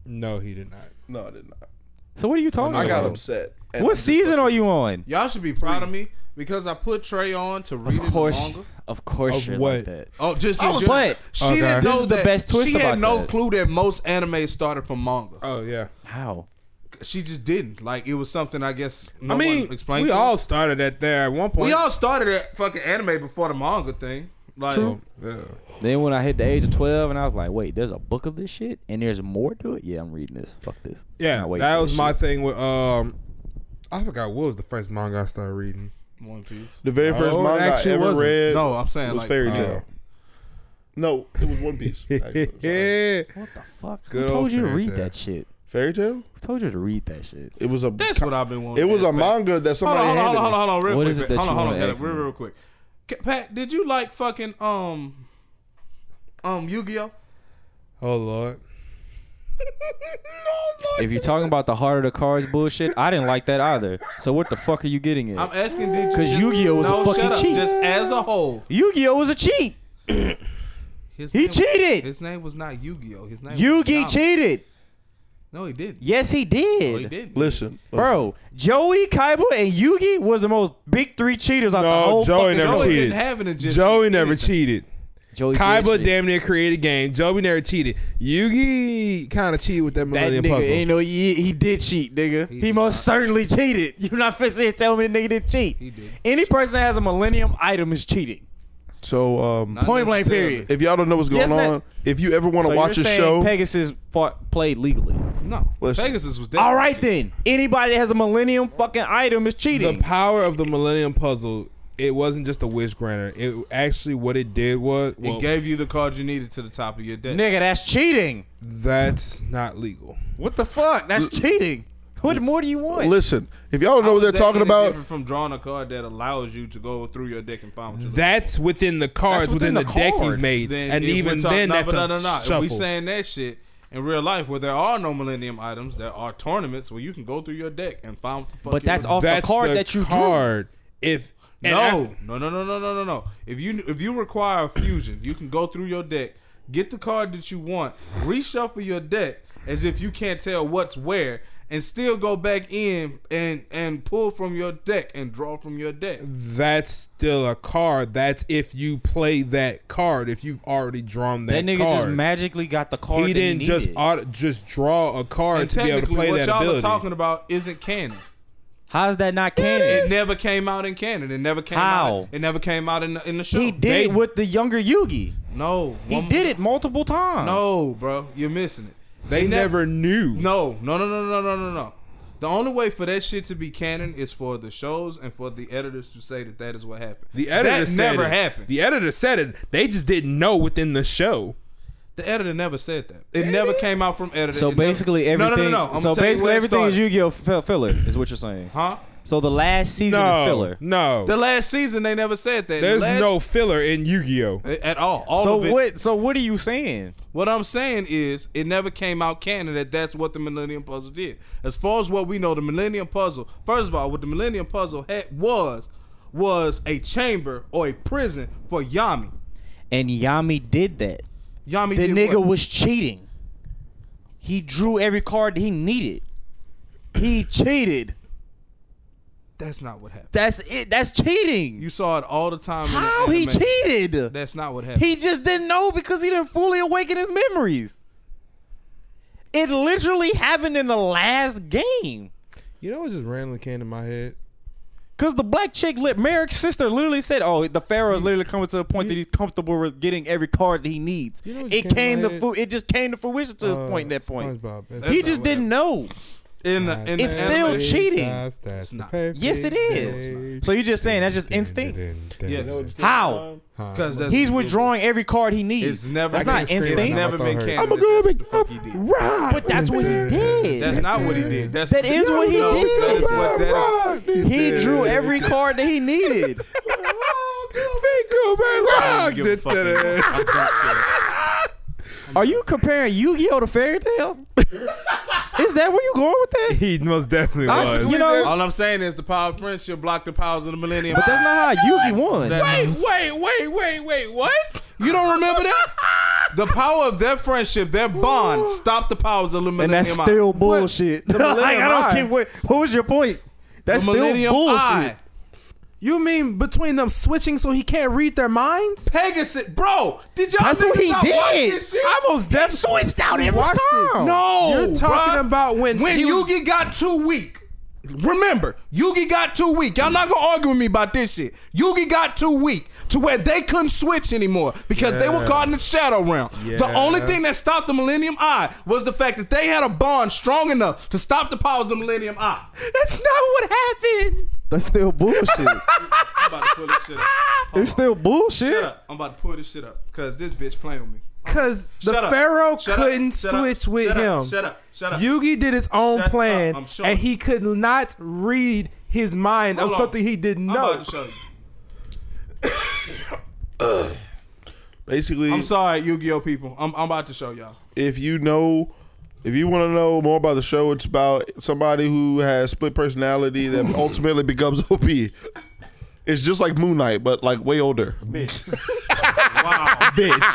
No, he did not. No, I did not. So what are you talking I about? got upset. And What I just- season are you on? Y'all should be proud of me because I put Trey on to read Of course, it longer. of course, Of you're what? like that. Oh, just in was- general. But- she Okay. didn't This know is the that best twist she had about no that. clue that most anime started from manga. Oh yeah. How? She just didn't. Like it was something I guess no I mean, one explained. we to her. all started at there at one point. we all started at fucking anime before the manga thing. Like Yeah. Um, Then when I hit the age of twelve, and I was like, "Wait, there's a book of this shit, and there's more to it." Yeah, I'm reading this. Fuck this. I'm Yeah, not waiting that for was this my shit. thing with um. I forgot what was the first manga I started reading. One Piece. The very No, first it manga I actually ever wasn't. read. No, I'm saying was like Fairy uh, Tale. No, it was One Piece. actually. yeah, What the fuck? Good Who old told you to read fairy tale. that shit? Fairy Tale. Who told you to read that shit? It was a. That's what I've been wanting. It was to a ask, man. manga that Hold somebody on, hold on, handed hold on, me. hold on, real What quick. is man. it that hold on, you hold on, wanna Caleb, ask real, me? real quick. Ca- Pat, did you like fucking um um Yu-Gi-Oh? Oh lord. If you're talking about the heart of the cards bullshit, I didn't like that either. So what the fuck are you getting I'm at? asking, did you? Because just- Yu-Gi-Oh was no, a shut fucking up. cheat. Just as a whole, Yu-Gi-Oh was a cheat. His He name- cheated. His name was not Yu-Gi-Oh. His name. was Yu-Gi Donald. cheated. No, he didn't. Yes, Oh, he No, he did. didn't. Listen, Bro, Joey, Kaiba, and Yugi was the most big three cheaters out No, the whole Joey fucking never Joey show. cheated. didn't have an agenda. Joey never cheated. Joey did Kaiba cheat. damn near created a game. Joey never cheated. Yugi kind of cheated with that That Millennium nigga Puzzle. ain't no he, he did cheat, nigga. He, most certainly cheated. You're not finna sit here tell me the nigga didn't cheat. He did. Any person that has a millennium item is cheating. so um, Not Point blank necessarily. period. if y'all don't know what's going Yes, that- on, if you ever want to So watch a you're saying show, Pegasus fought, played legally. No, Listen. Pegasus was. All right then. Anybody that has a millennium fucking item is the cheating. power of the Millennium Puzzle. It wasn't just a wish granter. It actually what it did was It well, gave you the card you needed to the top of your deck. nigga, that's cheating. that's not legal. What the fuck? That's cheating. What more do you want? listen. If y'all don't know How what is they're that talking any about, different from drawing a card that allows you to go through your deck and find what you're looking That's within the cards, That's within, within the, the deck you've card. made, Then and if we're even talk- then, no, that's but no, a no, no. shuffle. If we saying that shit in real life, where there are no Millennium items, there are tournaments where you can go through your deck and find. what the fuck But you that's were- off the that's card the that you drew. card. If and No, after- no, no, no, no, no, no, no. If you if you require a fusion, you can go through your deck, get the card that you want, reshuffle your deck as if you can't tell what's where, and still go back in and and pull from your deck and draw from your deck. that's still a card. That's if you play that card. If you've already drawn that, That nigga just card. magically got the card. He that didn't just needed. auto, just draw a card And to be able to technically, play what that y'all ability. are talking about isn't canon. How is that not canon? It never came out in canon. It never came How? out. It never came out in the, in the show. He did They- it with the younger Yugi. No, He one- did it multiple times. No, bro, you're missing it. they He nev- never knew. No, no, no, no, no, no, no, no. The only way for that shit to be canon is for the shows and for the editors to say that that is what happened. The editor that said never it. happened. The editor said it. They just didn't know within the show. The editor never said that. It never came out from editor. So It never- basically No, no, no, everything. no. I'ma So tell you basically where it everything is started. Yu-Gi-Oh fi- filler is what you're saying. huh? So the last season is filler. no. The last season they never said that. There's Last- no filler in Yu-Gi-Oh. at all. All So of it. what? So what are you saying? What I'm saying is, it never came out canon that that's what the Millennium Puzzle did. As far as what we know, the Millennium Puzzle, first of all, what the Millennium Puzzle had was was a chamber or a prison for Yami. And Yami did that. Yami, The did nigga what? was cheating. He drew every card that he needed. He cheated. That's not what happened. That's it. That's cheating. You saw it all the time. in the How he anime. cheated? That's not what happened. He just didn't know because he didn't fully awaken his memories. It literally happened in the last game. You know what just randomly came to my head? Cause the black chick, lit Merrick's sister, literally said, "Oh, the Pharaoh is literally coming to a point that he's comfortable with getting every card that he needs." You know what it just came came to to my head? fu- it just came to fruition to Uh, this point. That point, SpongeBob. That's he not just what didn't know. in the in It's the still anime. cheap. cheating. That's, that's not. perfect Yes, it day. is. So you're just saying that's just instinct. Yeah. How? Huh. Because that's He's withdrawing every card he needs. It's never. That's not it's instinct. Never I thought been her- canon. I'm that that's what the fuck he did. but that's what he did. That's not what he did. That's That is what he No, did. That is what that is. he drew every card that he needed. I don't give a fuck. I'm done with it. Are you comparing Yu-Gi-Oh to Fairy Tale? is that where you going with this? He most definitely I- you know, All I'm saying is the power of friendship blocked the powers of the millennium. but that's not how Yugi won. That- wait, wait, wait, wait. What? you don't remember that? The power of their friendship, their bond, stopped the powers of the millennium. and that's Eye. still bullshit. like, I don't Eye. care what. What was your point? the That's still millennium bullshit. Eye. You mean between them switching so he can't read their minds? Pegasus, bro. Did y'all? That's what niggas he not watch did. this shit? I most definitely switched out every Watch this. time. No, You're talking bruh. about when when he was- Yugi got too weak. Remember, Yugi got too weak. Y'all not gonna argue with me about this shit. Yugi got too weak to where they couldn't switch anymore because they were caught in the shadow realm. The only thing that stopped the Millennium Eye was the fact that they had a bond strong enough to stop the powers of the Millennium Eye. That's not what happened. That's still bullshit. I'm about to pull this shit up. it's still bullshit. I'm about to pull this shit up because this bitch playing with me. Cause the Pharaoh couldn't switch with him. up. Yugi did his own Shut up, plan, I'm showing and you. he could not read his mind Hold of on. something he didn't know. Basically, I'm sorry, Yu-Gi-Oh people. I'm, I'm about to show y'all. if you know if you want to know more about the show it's about somebody who has split personality that ultimately becomes op it's just like moon knight but like way older Wow. Bitch,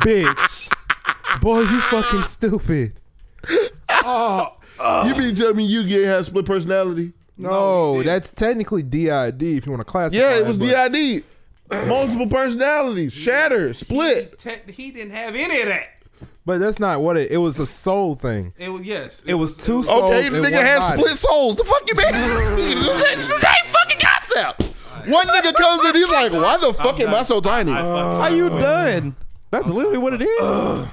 bitch, boy, you fucking stupid. you mean tell me yu-gi-oh has split personality No, didn't. that's technically DID if you want to classify. yeah it was but- did multiple personalities shatter split Te- he didn't have any of that. but that's not what it. It was a soul thing. It was yes. It was two souls. okay the in nigga one has body. split souls the fuck you mean it's the same fucking concept one nigga comes in he's like why the fuck am i so tiny Are you done? That's literally what it is. Uh,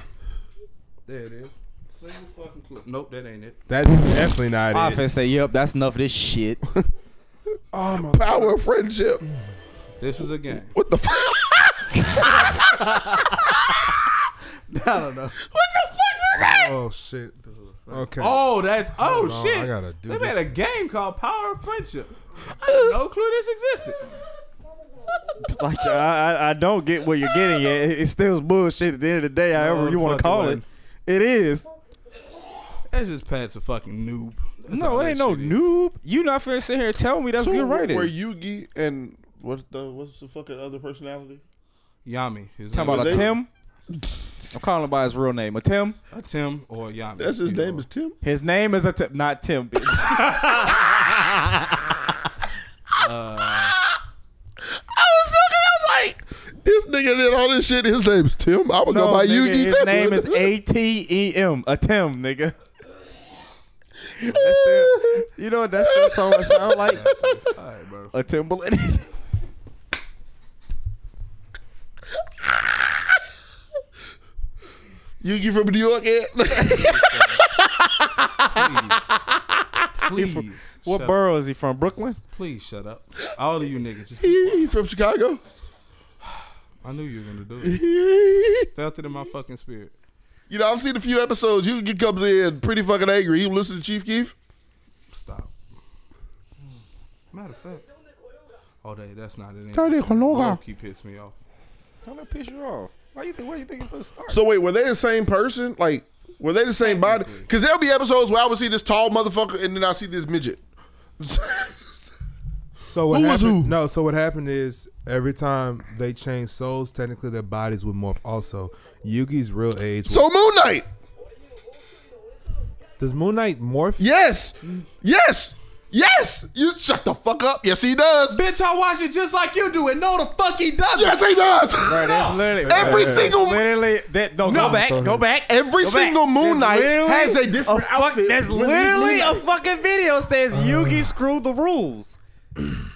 There it is. Single fucking clip. Nope, that ain't it. That's definitely I not it. finna say, yep, that's enough of this shit. Oh my power of friendship This is a game. what the fuck I don't know. Oh shit. Okay. Oh, that's oh on, shit. I gotta do they this. made a game called Power of Friendship. I had no clue this existed. like uh, I, I, I don't get what you're getting at. It- It's still bullshit at the end of the day, however you want fucking to call way. it. It is. That's just Pat's a fucking noob. That's all No, it that ain't no shit is. noob. You not finna sit here and tell me that's So good Where writing. Yugi and what's the what's the fucking other personality? Yami. His Talking about a They- Tim. I'm calling him by his real name. A Tim. a Tim or Yami. That's his either name or. is Tim. His name is a Tim, not Tim. bitch. I was like, this nigga did all this shit. His name's Tim. I would No, go by nigga, Yugi. his Tim. name is A T E M. A Tim, nigga. That's the, you know what that's the song that sound like? All right, bro. A Timberland. Yugi from New York. eh? Please. what shut borough is he from? Brooklyn? Please shut up. All of you niggas. Just, he, he from Chicago. I knew you were gonna do it. Felt it in my fucking spirit. You know, I've seen a few episodes. You, you comes in pretty fucking angry. You listen to Chief Keef? Stop. Matter of fact. Oh, they, that's not it. Tony Kologa. Low-key pissed me off. I'm gonna piss you off. Why you think? Why you think you put a start? So wait, were they the same person? Like, were they the same body? Because there'll be episodes where I would see this tall motherfucker and then I see this midget. So what Who was happened, who? No, so what happened is every time they change souls, technically their bodies would morph. Also, Yugi's real age. so Moon Knight. does Moon Knight morph? Yes, yes, yes. You shut the fuck up. Yes, he does. Bitch, I watch it just like you do, and no, the fuck he doesn't. Yes, he does. Bro, that's literally Every that's single- literally that. No, go back, go back. Every go back. single Moon Knight That's literally has a different fuck- outfit. That's when he literally a leaves. fucking video says Yugi screwed the rules.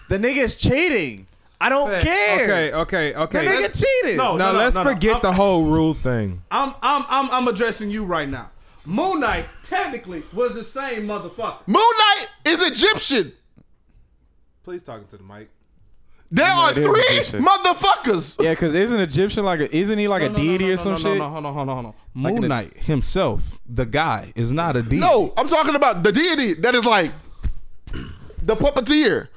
The nigga's cheating. I don't Hey, care. Okay, okay, The okay. nigga Let's- cheated. No, now let's no, no. forget I'm- the whole rule thing. I'm I'm I'm I'm addressing you right now. Moon Knight technically was the same motherfucker. Moon Knight is Egyptian. Please talking to the mic. There are it is three Egyptian. motherfuckers. Yeah, cause isn't Egyptian like a isn't he like a deity or some no, No, shit? no, hold on, hold on, hold on. Like Moon an- Knight himself, the guy, is not a deity. No, I'm talking about the deity that is like the puppeteer.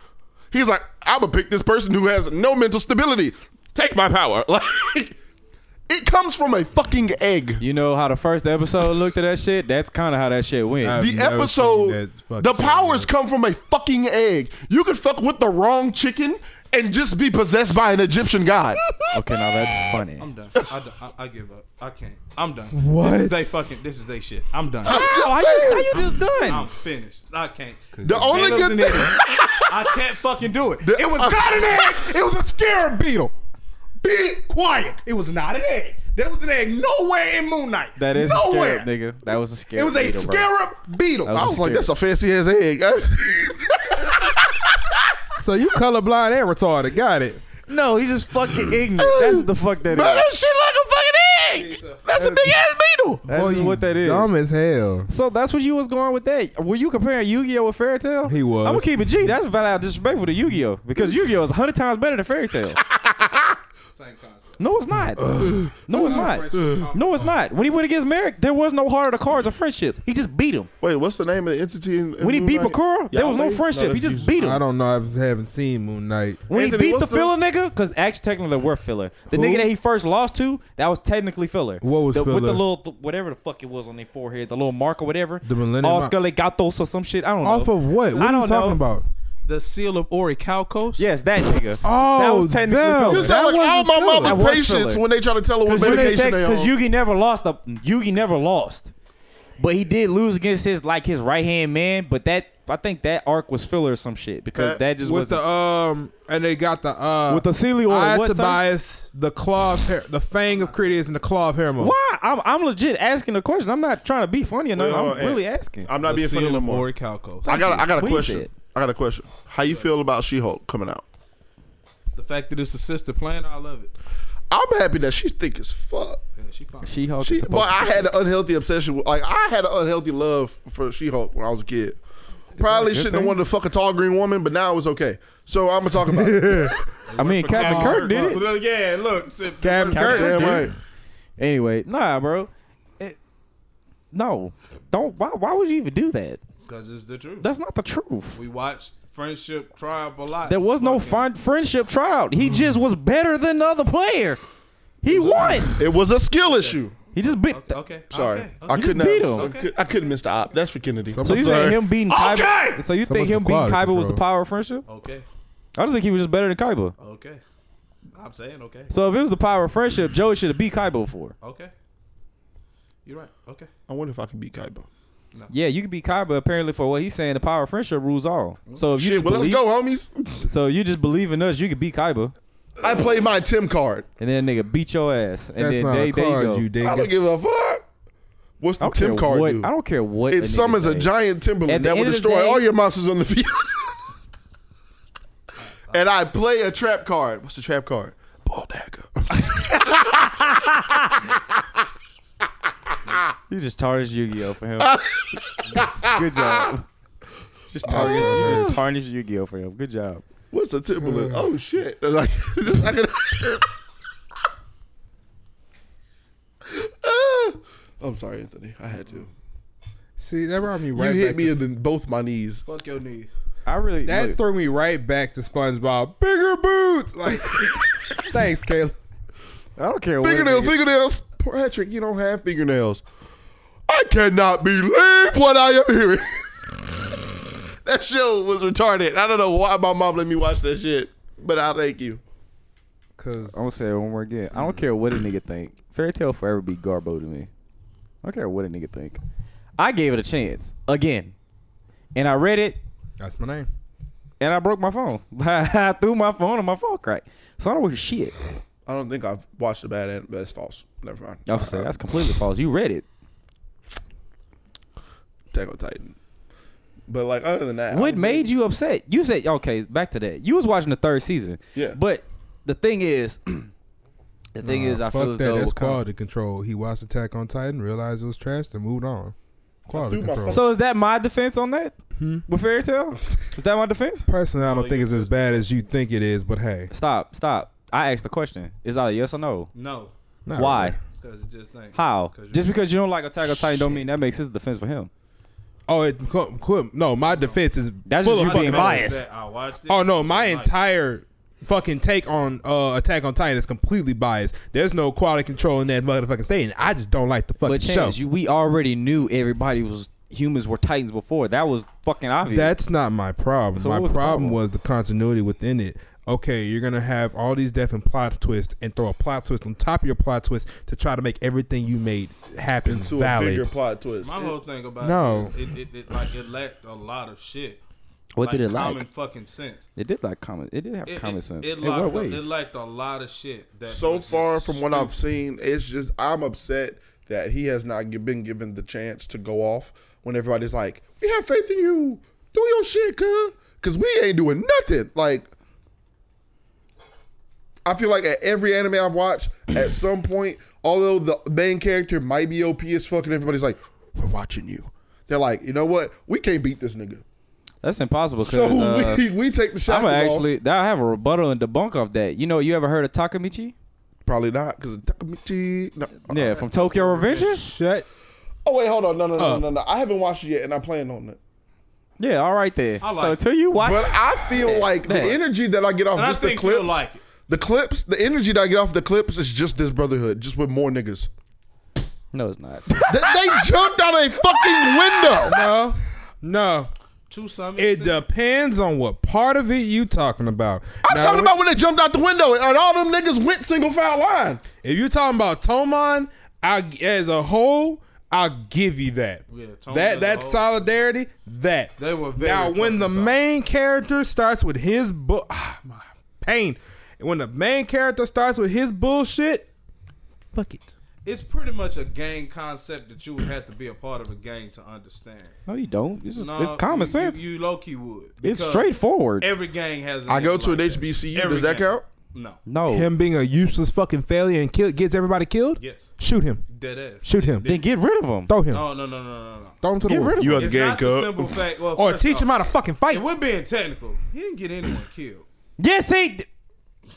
He's like, I'm gonna pick this person who has no mental stability. Take my power. Like, it comes from a fucking egg. You know how the first episode looked at that shit? That's kind of how that shit went. I've The never episode, seen that fucking the shit, powers come from a fucking egg. You could fuck with the wrong chicken and just be possessed by an Egyptian god. okay, now that's funny. I'm done. I, d- I- I give up. I can't. I'm done. What? This is they fucking. This is they shit. I'm done. Just how, you, saying. how you just I'm done? finished. I can't. the only Caleb's good an idiot. I can't fucking do it. The- it was uh, not an egg. It was a scarab beetle. Be quiet. It was not an egg. That was an egg nowhere in Moon Knight. That is a nowhere. scarab, nigga. That was a scarab. It was a beetle, bro. scarab beetle. That I was like, that's a fancy ass egg. So you colorblind and retarded. Got it. No, he's just fucking ignorant. That's what the fuck that Bro, is. that shit like a fucking egg. That's a big ass beetle. That's just what that is. Dumb as hell. So that's what you was going with that. Were you comparing Yu-Gi-Oh with Fairy Tale? He was. I'm gonna keep it G. That's valid disrespectful to Yu-Gi-Oh because Yu-Gi-Oh is hundred times better than Fairy Tale. Same concept. No, it's not. no, it's not. No, it's not. When he went against Merrick, there was no heart of the cards of friendships. He just beat him. Wait, what's the name of the entity? In, in When he Moon beat Knight? Bakura, there was no Yahweh? friendship. No, he that's Jesus. just beat him. I don't know. I haven't seen Moon Knight. When Anthony, he beat the what's the- filler nigga, because actually technically they were filler. The Who? nigga that he first lost to, that was technically filler. What was the, With the filler? little, th- whatever the fuck it was on their forehead, the little mark or whatever. The Millennium Off Mar- Gatos or some shit. I don't know. Off of what? What I are don't you talking know. about? The seal of Ori Calcos. Yes, that nigga. Oh, that was technically them. filler. You That sound like all wasn't filler. my That mama's was patients filler. when they try to tell her what Because medication they on. Yugi never lost. The, Yugi never lost, but he did lose against his like his right hand man. But that I think that arc was filler or some shit because That- that, just With was the um, and they got the uh, With the Sealy order, Eye what, to son? bias, the claw of Her- the fang of Critias, and the claw of Hermos. why? I'm, I'm legit asking the question. I'm not trying to be funny or nothing. Wait, hold I'm on, Ed. really asking. I'm The not being funny seal no of more. Ori Calcos. I got I got a Please question. it. I got a question. How you feel about She-Hulk coming out? The fact that it's a sister plan, I love it. I'm happy that she's thick as fuck. Yeah, she fine. She Hulk. She, boy, I had an unhealthy obsession. With, like I had an unhealthy love for She-Hulk when I was a kid. Probably shouldn't have wanted to fuck a tall green woman, but now it's okay. So I'm gonna talk about it. I mean, Captain Kirk did it. Well, yeah, look. Captain, Captain Kirk Damn did. right. Anyway, nah, bro. It- no, don't. Why? Why would you even do that? Because it's the truth. That's not the truth. we watched Friendship Tribe a lot. There was no Fucking- fun friendship tryout. He just was better than the other player. He won. It was a skill issue. He just beat. Okay. Sorry, Okay. I okay. could not. beat him. I, could, I couldn't miss the op. That's for Kennedy. So you think him beating Kaiba? So you So think much for him beating quality Kaiba was the control. power of friendship? Okay. I just think he was just better than Kaiba. Okay. I'm saying okay. So if it was the power of friendship, Joey should have beat Kaiba for. Okay. You're right. Okay. I wonder if I could beat Kaiba. Yeah, you could beat Kaiba apparently for what he's saying. The power of friendship rules all. So if you Shit, just well, let's believe, go, homies. so you just believe in us, you could beat Kaiba, I played my Tim card. and then nigga beat your ass, and That's then not they, a there you card, go. you, I don't dingus. give a fuck. What's the I don't care Tim card what. do? I don't care what. a It nigga summons a say. giant At Timberland the that will end of the destroy day- all your monsters on the field. and I play a trap card. What's the trap card? Ball dagger. You just tarnished Yu-Gi-Oh for him. Good job. Just tarnish, you just tarnished Yu-Gi-Oh for him. Good job. What's a Timberland? oh shit! Like, I could- Ah! I'm sorry, Anthony. I had to. See, that brought me right you back hit me to- in the, both my knees. Fuck your knees. I really that look, threw me right back to SpongeBob. Bigger boots. Like, thanks, Caleb. I don't care Fingernails, what. fingernails. Patrick, you don't have fingernails. I cannot believe what I am hearing. that show was retarded. I don't know why my mom let me watch that shit, but I thank you. Cause I'm gonna say it one more again. I Mm-hmm. don't care what a nigga think. Fairy tale forever be Garbo to me. I don't care what a nigga think. I gave it a chance again, and I read it that's my name. and I broke my phone. I threw my phone and my phone cracked. So I don't give a shit. I don't think I've watched the bad end, but it's false. Never mind. I was saying, that's completely false. You read it. Attack on Titan. But like other than that, What made you upset? You said okay. Back to that. You was watching the third season. Yeah. But the thing is, the Oh, thing is, I fuck feel as that. though that's quality control. He watched Attack on Titan, realized it was trash, and moved on. Quality threw my control. phone. So is that my defense on that? Hmm? With fairy tale, is that my defense? Personally, I don't think it's as bad as you think it is, but hey, Stop, stop. I asked the question. Is that a yes or no? No, not Why? really. because it just ain't. How? 'Cause you- Just because you don't like Attack on Titan don't mean that makes his defense for him. Oh, it qu- qu- no. My defense is That's full just of you being fucking bullshit. biased. That I watched it. Oh no, my Like, entire fucking take on uh, Attack on Titan is completely biased. There's no quality control in that motherfucking statement. I just don't like the fucking But show. chance, you, we already knew everybody was humans were titans before. That was fucking obvious. That's not my problem. So my what was problem, the problem? was the continuity within it. Okay, you're gonna have all these death and plot twists, and throw a plot twist on top of your plot twist to try to make everything you made happen to a valid. bigger plot twist? My whole thing about No. it, is it, it, it like it lacked a lot of shit. what did it common like? fucking sense. It did like common. It did have It, common it, sense. It In what lacked, way? a, it lacked a lot of shit. That so was just far from what I've stupid. seen, it's just I'm upset that he has not gi- been given the chance to go off when everybody's like, "We have faith in you. Do your shit, cuz, cuz we ain't doing nothing." Like, I feel like at every anime I've watched, at some point, although the main character might be OP as fuck, and everybody's like, "We're watching you." They're like, "You know what? We can't beat this nigga." That's impossible. 'cause, So uh, we, we take the shot. I'm actually. I have a rebuttal and debunk of that. You know, you ever heard of Takamichi? probably not because no. Oh, uh, Yeah, from Tokyo Revengers. Shut. Oh wait, hold on. No, no, no, Uh. no, no. I haven't watched it yet, and I plan on it. Yeah, all right there. I like so it. until you watch, But I feel like the yeah. energy that I get off And I just the think you'll clips, like it. the clips, the energy that I get off the clips is just this brotherhood, just with more niggas. no, it's not. they, they jumped out a fucking window. No, no. to some It extent, depends on what part of it you talking about. I'm Now, talking about when they jumped out the window and, and all them niggas went single file line. If you're talking about Tomon, I as a whole, I'll give you that. Yeah, Tomon as that a that whole. solidarity. That They were very now when the fucking solid. main character starts with his bu- ah, my pain. When the main character starts with his bullshit, fuck it. it's pretty much a gang concept that you would have to be a part of a gang to understand. no, you don't. It's just No, it's common you- sense. You, you low key would. it's Because straightforward. Every gang has. I I go to an HBCU. Does that count? No. no, Him being a useless fucking failure and kill gets everybody killed. Yes. Shoot him. Dead ass. Shoot him. then get rid of him. Throw him. No, no, no, no, no, no. Throw him to the Get wolf. rid of him. It's not the simple fact. Well, Or first teach him off, how to fucking fight. And we're being technical. He didn't get anyone killed. Yes, he. d-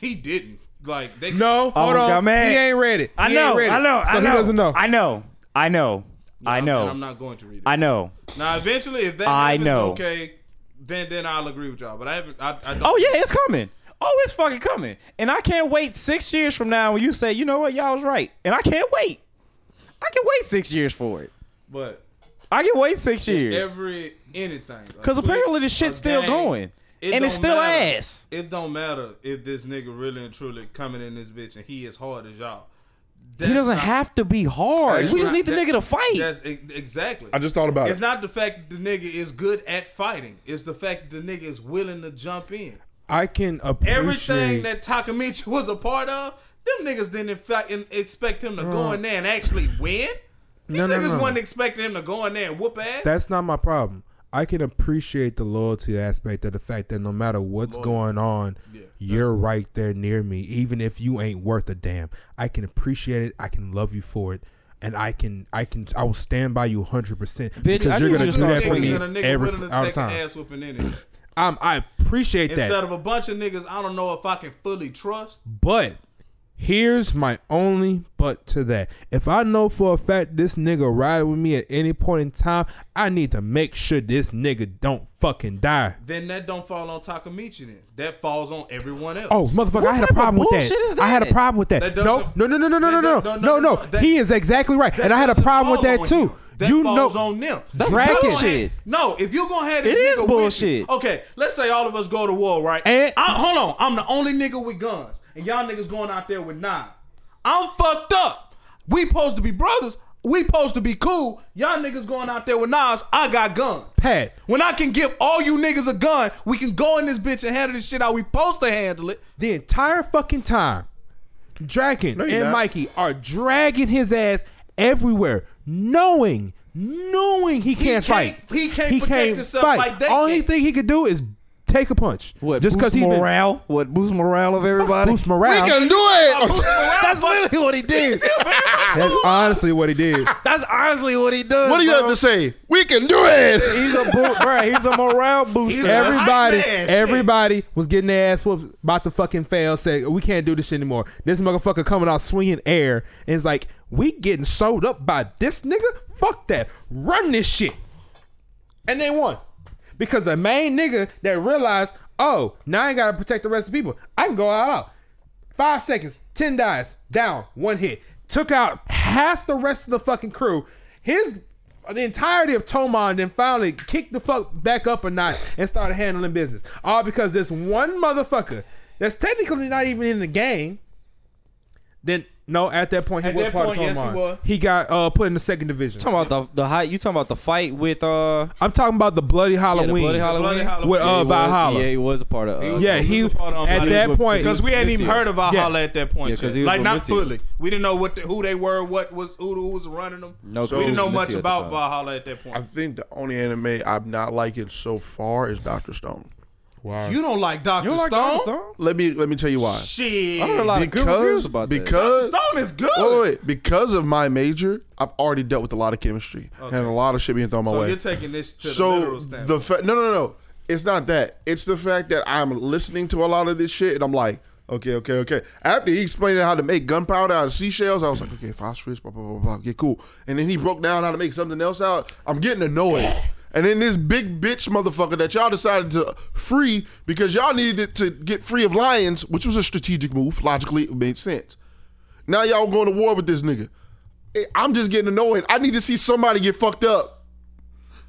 He didn't. Like they. No, hold Almost on. got mad. He ain't read it. I He know. ain't read I it. know. So I know. he doesn't know. I know. I know. I I'm- know. and I'm not going to read it. I know. now, eventually, if that I happens, know. okay, then then I'll agree with y'all. But I haven't. I, I don't Oh yeah, it's coming. Oh, it's fucking coming. And I can't wait six years from now when you say, you know what, y'all was right. And I can't wait. I can wait six years for it. But I can wait six years. every anything. like, Because click, apparently the shit's a still gang, going. it and it's don't still matter. ass. It don't matter if this nigga really and truly coming in this bitch and he as hard as y'all. He That's doesn't not- have to be hard. That's we just not- need the that- nigga to fight. That's e- exactly. I just thought about It's it. not the fact that the nigga is good at fighting. It's the fact that the nigga is willing to jump in. I can appreciate Everything that Takamichi was a part of, them niggas didn't in fact in- expect him to go in there and actually win. These No, no, niggas no. wasn't expecting him to go in there and whoop ass. That's not my problem. I can appreciate the loyalty aspect of the fact that no matter what's going on, you're right there near me, even if you ain't worth a damn. I can appreciate it. I can love you for it, and I can, I can, I will stand by you 100 percent I because you're think gonna you do just that Niggas for me and a nigga every willing to all the take an time. ass whooping anyway. Um, I appreciate Instead that, of a bunch of niggas, I don't know if I can fully trust. but Here's my only but to that. If I know for a fact this nigga riding with me at any point in time, I need to make sure this nigga don't fucking die. Then that don't fall on Takamichi then. That falls on everyone else. Oh motherfucker, I had a type of problem with that. bullshit is I had a that? problem with that. That no, doesn't- no, no, no, no, no, no, that no, does- no, no, no, no. no, that- He is exactly right, That and I had a doesn't problem with fall that on too. you. That you falls know, on them. That's You gonna bullshit. have- No, if you're gonna have this It is nigga with bullshit. you- okay, let's say all of us go to war, right? And- I, hold on, I'm the only nigga with guns, and y'all niggas going out there with knives. I'm fucked up. We supposed to be brothers. We supposed to be cool. Y'all niggas going out there with knives. I got guns. Pat. When I can give all you niggas a gun, we can go in this bitch and handle this shit how we supposed to handle it. the entire fucking time, Draken you're and not. Mikey are dragging his ass everywhere, knowing, knowing he can't, can't- fight. he can't protect himself like they All he can. think he could do is take a punch. Just because he been, what boost morale of everybody? boost morale. can do it. That's literally what he did. That's honestly what he did. That's honestly what he does. What do you bro. have to say? We can do it. He's a bo- bro. He's a morale booster. a- Everybody, hype man, shit. everybody was getting their ass whooped, about to fucking fail. Said we can't do this shit anymore. This motherfucker coming out swinging air, and it's like we getting sold up by this nigga. Fuck that. Run this shit. And they won because the main nigga that realized, oh, now I ain't gotta protect the rest of the people. I can go all out. Five seconds, ten dies, down, one hit. Took out half the rest of the fucking crew. His the entirety of Toman then finally kicked the fuck back up a notch and started handling business. All because this one motherfucker that's technically not even in the game. Then no, at that point he At was that part point, of Toman. yes, he was. He got uh, put in the second division. talking about the the height. You talking about the fight with uh I'm talking about the bloody yeah, Halloween. the bloody Halloween Bloody Halloween. With, Yeah, uh, he was- Valhalla. Yeah, he was a part of. Uh, Yeah, was he a part of at Valhalla. that point. Because we hadn't even heard of Valhalla at that point, Yeah, 'cause yet. he was like with not Missy. fully. We didn't know what the, who they were, what was who, who was running them. No, 'cause we he didn't was know with much Missy at the about time. Valhalla at that point. I think the only anime I'm not liking so far is Doctor Stone. you don't like Doctor You don't like Stone? Doctor Stone? Let me let me tell you why. Shit, I Oh. heard a lot of good reviews Because about that. because Stone is good. Wait, wait, wait. because of my major, I've already dealt with a lot of chemistry and a lot of shit being thrown my so way. you're taking this to the so literal standpoint. the fa- no no no it's not that it's the fact that i'm listening to a lot of this shit and i'm like okay okay okay after he explained how to make gunpowder out of seashells i was like okay phosphorus blah blah blah blah get cool and then he broke down how to make something else out i'm getting annoyed And then this big bitch motherfucker that y'all decided to free because y'all needed to get free of lions, which was a strategic move. Logically, it made sense. Now y'all going to war with this nigga. I- I'm just getting annoyed. I need to see somebody get fucked up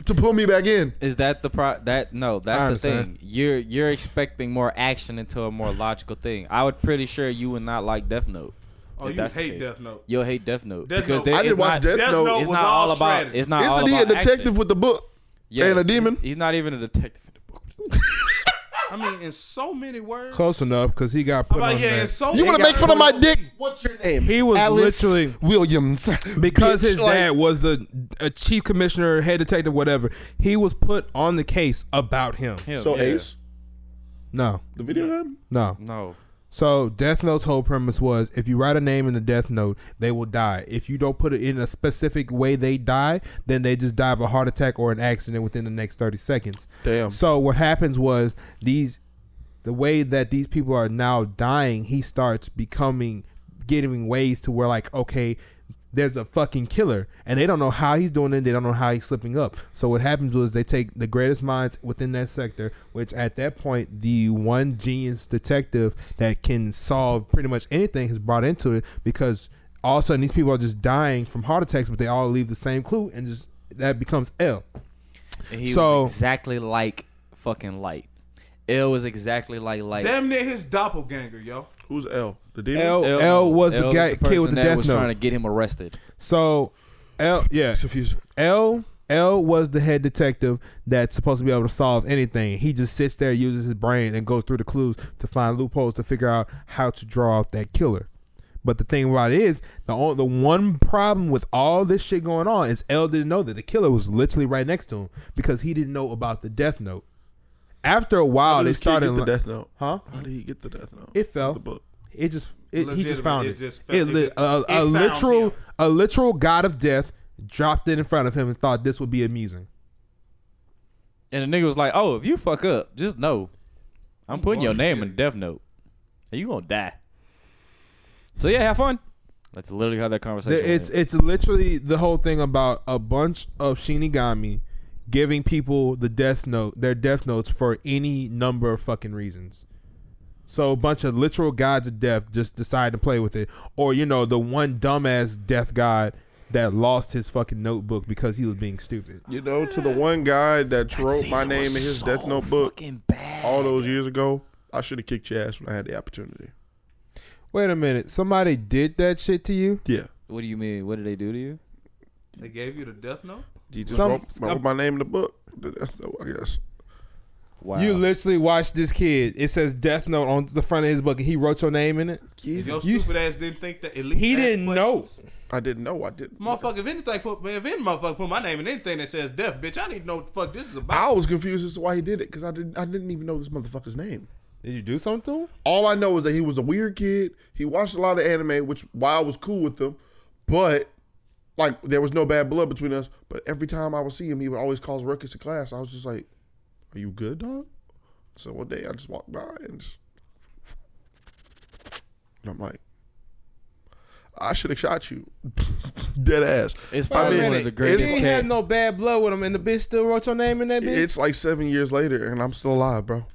to pull me back in. Is that the pro? That no, I that's the understand. thing. You're you're expecting more action into a more logical thing. I would pretty sure you would not like Death Note. oh, if you that's the hate case. Death Note. You'll hate Death Note Death because Note- there, I it's didn't watch not, Death Death Note. Note It's was not all about. strategy. It's not all Isn't he a about detective action. with the book yeah, and a he's- demon? He's, not even a detective in the book. I mean, in so many words. Close enough because he got put How about, on yeah, in that. so many you want to make fun of my dick? What's your name? He was Alice literally- Williams. because Bitch, his like, dad was the uh, chief commissioner, head detective, whatever. He was put on the case about him. Him, So yeah. Ace, No, the video game. no. No, So Death Note's whole premise was: if you write a name in the Death Note, they will die. If you don't put it in a specific way they die, then they just die of a heart attack or an accident within the next thirty seconds. Damn. So what happens was these, the way that these people are now dying, he starts becoming, getting ways to where like okay, there's a fucking killer, and they don't know how he's doing it. They don't know how he's slipping up. So what happens was they take the greatest minds within that sector, which at that point the one genius detective that can solve pretty much anything is brought into it because all of a sudden these people are just dying from heart attacks, but they all leave the same clue, and just that becomes L. and he So- was exactly like fucking Light. L was exactly like Light. Damn near his doppelganger, yo. Who's L? The demon. L, L was the L guy kid person with the that death was note. trying to get him arrested. so L, yeah, It's confusing. L L was the head detective that's supposed to be able to solve anything. He just sits there, uses his brain, and goes through the clues to find loopholes to figure out how to draw out that killer. But the thing about it is, the on- the one problem with all this shit going on is L didn't know that the killer was literally right next to him because he didn't know about the death note. After a while, How did they this kid started get li- the death note. huh? How did he get the death note? It fell. The book. It just it, he Legitimate, just found it. it It, just felt- li- it- a, it a found literal him. a literal god of death dropped it in front of him and thought this would be amusing. And the nigga was like, "Oh, if you fuck up, just know, I'm putting your name in the Death Note, and you gonna die." So yeah, have fun. That's literally how that conversation. It's went. it's literally the whole thing about a bunch of Shinigami giving people the death note, their death notes for any number of fucking reasons. So a bunch of literal gods of death just decide to play with it, or you know the one dumbass death god that lost his fucking notebook because he was being stupid. You know, to the one guy that wrote my season name was in his so death notebook fucking bad. all those years ago, I should have kicked your ass when I had the opportunity. Wait a minute, somebody did that shit to you? Yeah. What do you mean? What did they do to you? They gave you the death note. You just Some- wrote, wrote my name in the book. That's the, I guess. Wow. You literally watched this kid. It says death note on the front of his book, and he wrote your name in it. If your You- stupid ass didn't think that at least He ask didn't know. questions. I didn't know. I didn't. Motherfucker, if anything put if any motherfucker put my name in anything that says death, bitch, I need to know what the fuck this is about. I was confused as to why he did it because I didn't. I didn't even know this motherfucker's name. Did you do something? to him? All I know is that he was a weird kid. He watched a lot of anime, which why I was cool with him, but like there was no bad blood between us. But every time I would see him, he would always cause ruckus in class. I was just like, "Are you good, dog?" So one day I just walked by and, just, and I'm like, "I should have shot you, dead ass." It's I probably mean, one of it's- the He greatest. didn't cat- have no bad blood with him, and the bitch still wrote your name in that bitch. It's, It's like seven years later, and I'm still alive, bro.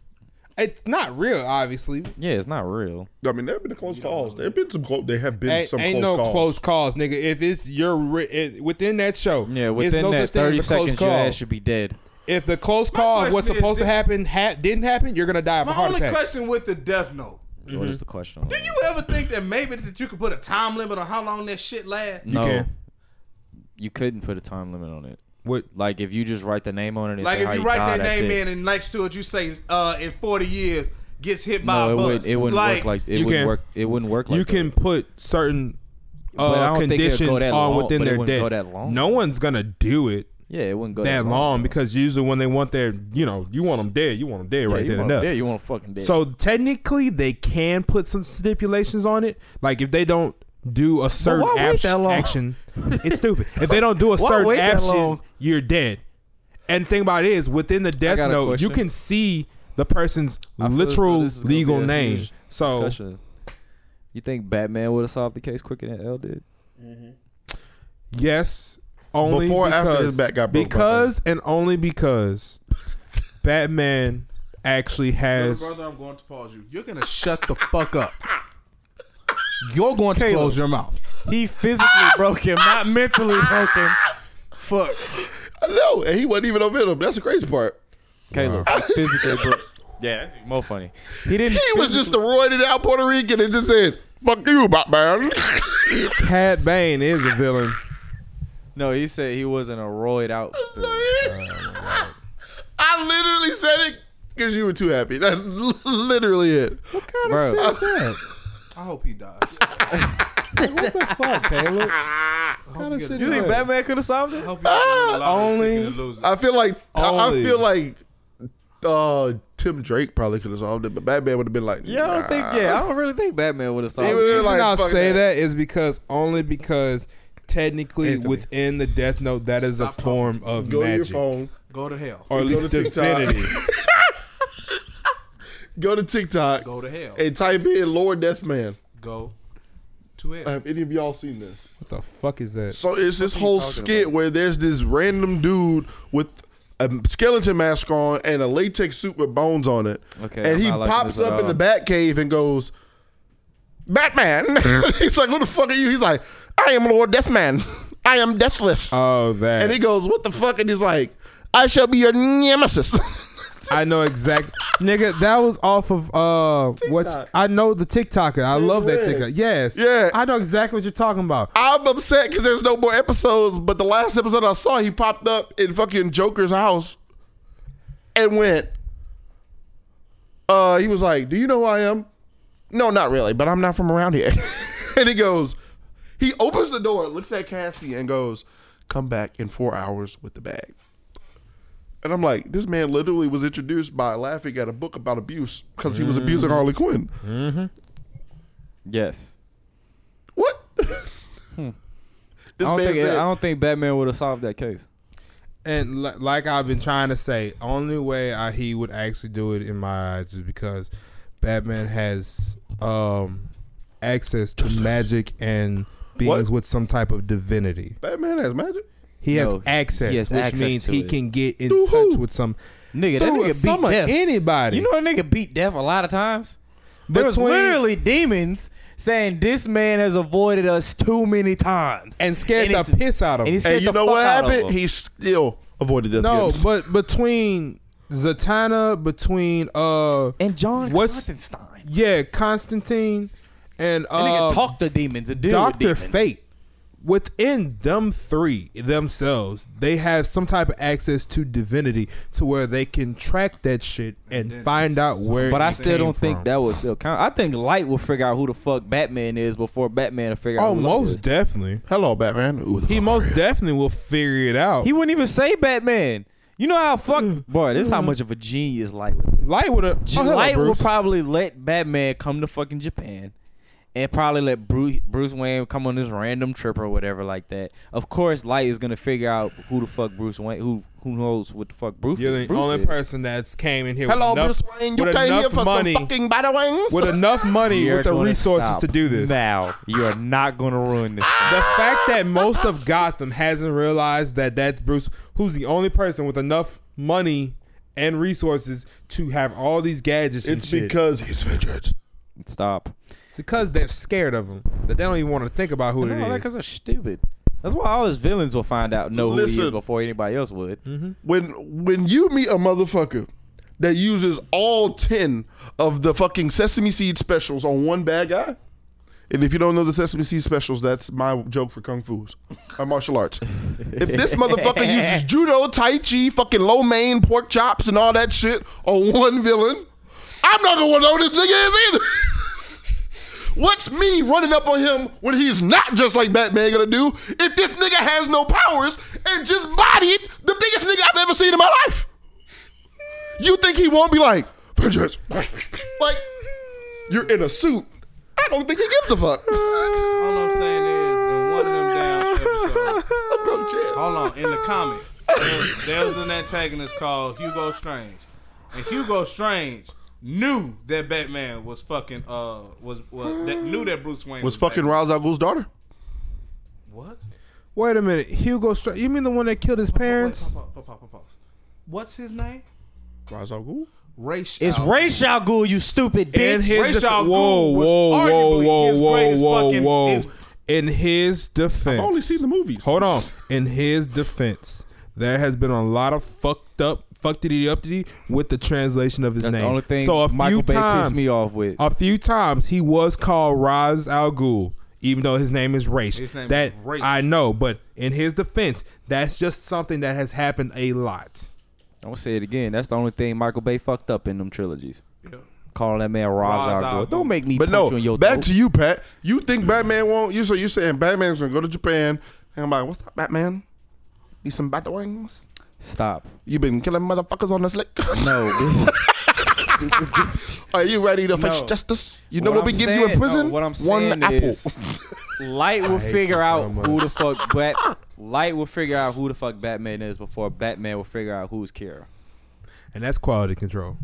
not real, obviously. yeah, it's not real. I mean, there have been close calls. There have been some close. There have been Ain't, some ain't close no calls. close calls, nigga. If it's your ri- it, within that show, Yeah, it's within no that such thirty thing as a close seconds, call. your ass should be dead. If the close call of question what's is, supposed to this- happen ha- didn't happen, you're gonna die of a My heart only attack. question with the death note. What is the question? Do you ever think that maybe that you could put a time limit on how long that shit lasts? no. can. You couldn't put a time limit on it. What? Like if you just write the name on it, and Like say if how you write died, that that's name it. in and next to it you say uh in forty years gets hit by no, a it bus. wouldn't. It wouldn't work like it You wouldn't can. work. It wouldn't work. Like you can put certain But I uh, don't think it'd go conditions that on long, within but it their wouldn't death. go that long. No one's gonna do it That. Yeah, it wouldn't go that, that, long, because usually when they want their, you know, you want them dead, you want them dead yeah, right you then and want, there. Yeah, you want fucking dead. So technically, they can put some stipulations on it. Like if they don't do a certain why wait act- that long? action, it's stupid. If they don't do a Why certain wait that action, long? you're dead. And the thing about it is, within the death got a note, you question. can see the person's I feel as though literal this is gonna legal be a name. huge So discussion. you think Batman would have solved the case quicker than L did? yes, only Before or because, after his back got broke by because and only because Batman actually Little has. brother, I'm going to pause you. You're gonna shut the fuck up. You're going to close your mouth. He physically broke him, not mentally broke him. Fuck. No, and he wasn't even on Venom. That's the crazy part. Caleb physically broke. Yeah, that's even more funny. He didn't. He was just a roided out Puerto Rican and just said, "Fuck you, Batman." Cad Bane is a villain. No, he said he wasn't a roid out. I literally said it because you were too happy. That's literally it. Bro, I hope he dies. Fuck Caleb. I hope he get a- You think Batman could have solved it? I hope he gets a lot of Only- ticket and lose it. I feel like I, I Only. feel like uh, Tim Drake probably could have solved it, but Batman would have been like, Yeah, I don't think. Yeah, I don't really think Batman would have solved Even it. if- The reason like, I fuck say that. that is because only because technically Anthony. within the death note that is Stop a talking. form of Go magic to your phone. Go to hell. or at Go least to TikTok. divinity. Go to TikTok Go to hell. and type in "Lord Deathman." Go to hell. Have any of y'all seen this? what the fuck is that? So it's this whole skit where there's this random dude with a skeleton mask on and a latex suit with bones on it. Okay, I'm And he not liking pops this at up in the all. Batcave and goes, Batman. He's like, who the fuck are you? He's like, I am Lord Deathman. I am deathless. Uh, Oh, that and he goes, what the fuck? And he's like, I shall be your nemesis. I know exact nigga. That was off of uh TikTok. what I know the TikToker. I love that Red. TikTok. Yes, Yeah. I know exactly what you're talking about. I'm upset because there's no more episodes, but the last episode I saw, he popped up in fucking Joker's house and went, uh, he was like, Do you know who I am? No, not really, but I'm not from around here. and he goes, He opens the door, looks at Cassie, and goes, Come back in four hours with the bag. And I'm like, this man literally was introduced by laughing at a book about abuse because he was abusing Mm. Harley Quinn. Yes. What? I this don't, man think, said, Hmm. I don't think Batman would have solved that case. And li- like I've been trying to say, only way I, he would actually do it in my eyes is because Batman has um access to magic and beings with some type of divinity. Batman has magic. He No, has access, he has which access means to he it. can get in Through touch who? with some Nigga, that through nigga some beat of death. anybody. You know that nigga beat death a lot of times. There was Between- literally demons saying this man has avoided us too many times. and scared And the it's- piss out of and him. it's- Scared And you the know fuck what out of happened? him. He still avoided death. No, again. but between Zatanna, between uh, And John What's- Constantine. yeah, Constantine, and That nigga uh, talk to demons and deal with Doctor demons. Fate. Within them three themselves, they have some type of access to divinity to where they can track that shit and find out where. But I it still don't came think from. that will still count. I think Light will figure out who the fuck Batman is before Batman will figure out. Oh, who Light most is. definitely. hello, Batman. Ooh, the He fuck most are you? definitely will figure it out. He wouldn't even say Batman. You know how fuck, boy. This is how much of a genius Light would. Be. Light would have. Oh, hello, Light will Bruce. probably let Batman come to fucking Japan, and probably let Bruce Bruce Wayne come on this random trip or whatever like that. Of course, Light is gonna figure out who the fuck Bruce Wayne, who who knows what the fuck Bruce. You're the Bruce only is. person that's came in here. Hello, with enough, Bruce Wayne. You with came here enough for money, some fucking batawangs. with enough money, You're with the gonna resources stop to do this. now. You are not gonna ruin this. The fact that most of Gotham hasn't realized that that's Bruce, who's the only person with enough money and resources to have all these gadgets and It's shit. because he's Avengers. Stop. it's because they're scared of him. That they don't even want to think about who No, that it because is. they're stupid. That's why all his villains will find out know who he Listen. is before anybody else would. When when you meet a motherfucker that uses all ten of the fucking sesame seed specials on one bad guy, and if you don't know the sesame seed specials, that's my joke for kung fu's, or martial arts. if this motherfucker uses judo, tai chi, fucking lo mein, pork chops, and all that shit on one villain, I'm not gonna know this nigga is either. What's me running up on him when he's not just like Batman gonna do if this nigga has no powers and just bodied the biggest nigga I've ever seen in my life? You think he won't be like, Vengeance? like, you're in a suit. I don't think he gives a fuck. All I'm saying is, in one of them down episodes, Bro, Chad. hold on, in the comic, there- there was an antagonist called Hugo Strange, and Hugo Strange knew that Batman was fucking uh was was that, knew that Bruce Wayne Was fucking Batman. Ra's al Ghul's daughter? what? Wait a minute, Hugo. Str- you mean the one that killed his parents? Wait, pause, pause, pause, pause, pause. What's his name? Ra's al Ghul? Ray. Shao. It's Ray Shao Ghul, you stupid In bitch. his Ra's def- al Ghul whoa, was whoa, whoa, arguably whoa, his whoa, greatest whoa, fucking- whoa! his- In his defense, I've only seen the movies. Hold on. In his defense, there has been a lot of fucked up, fuckedy uppity with the translation of his That's name. the only thing so a Michael few Bay times, pissed me off with. Uh, A few times he was called Raz Al Ghul, even though his name is Race. His name that is Ra's. I know, but in his defense, that's just something that has happened a lot. I'm gonna say it again. That's the only thing Michael Bay fucked up in them trilogies. Calling that man Ra's Ra's al al Ghul. Don't Ghul. make me But punch no, you in your back throat. to you, Pat. You think Batman won't? You so you saying Batman's gonna go to Japan? And I'm like, what's up, Batman? Need some Batwings? Stop. You been killing motherfuckers on the slick. No, bitch. Are you ready to face No. justice? You know What what, we I'm give you saying- in prison? no, what I'm saying One apple. is- Light will figure out who the fuck Bat. Light will figure out who the fuck Batman is before Batman will figure out who's Kira. And that's quality control.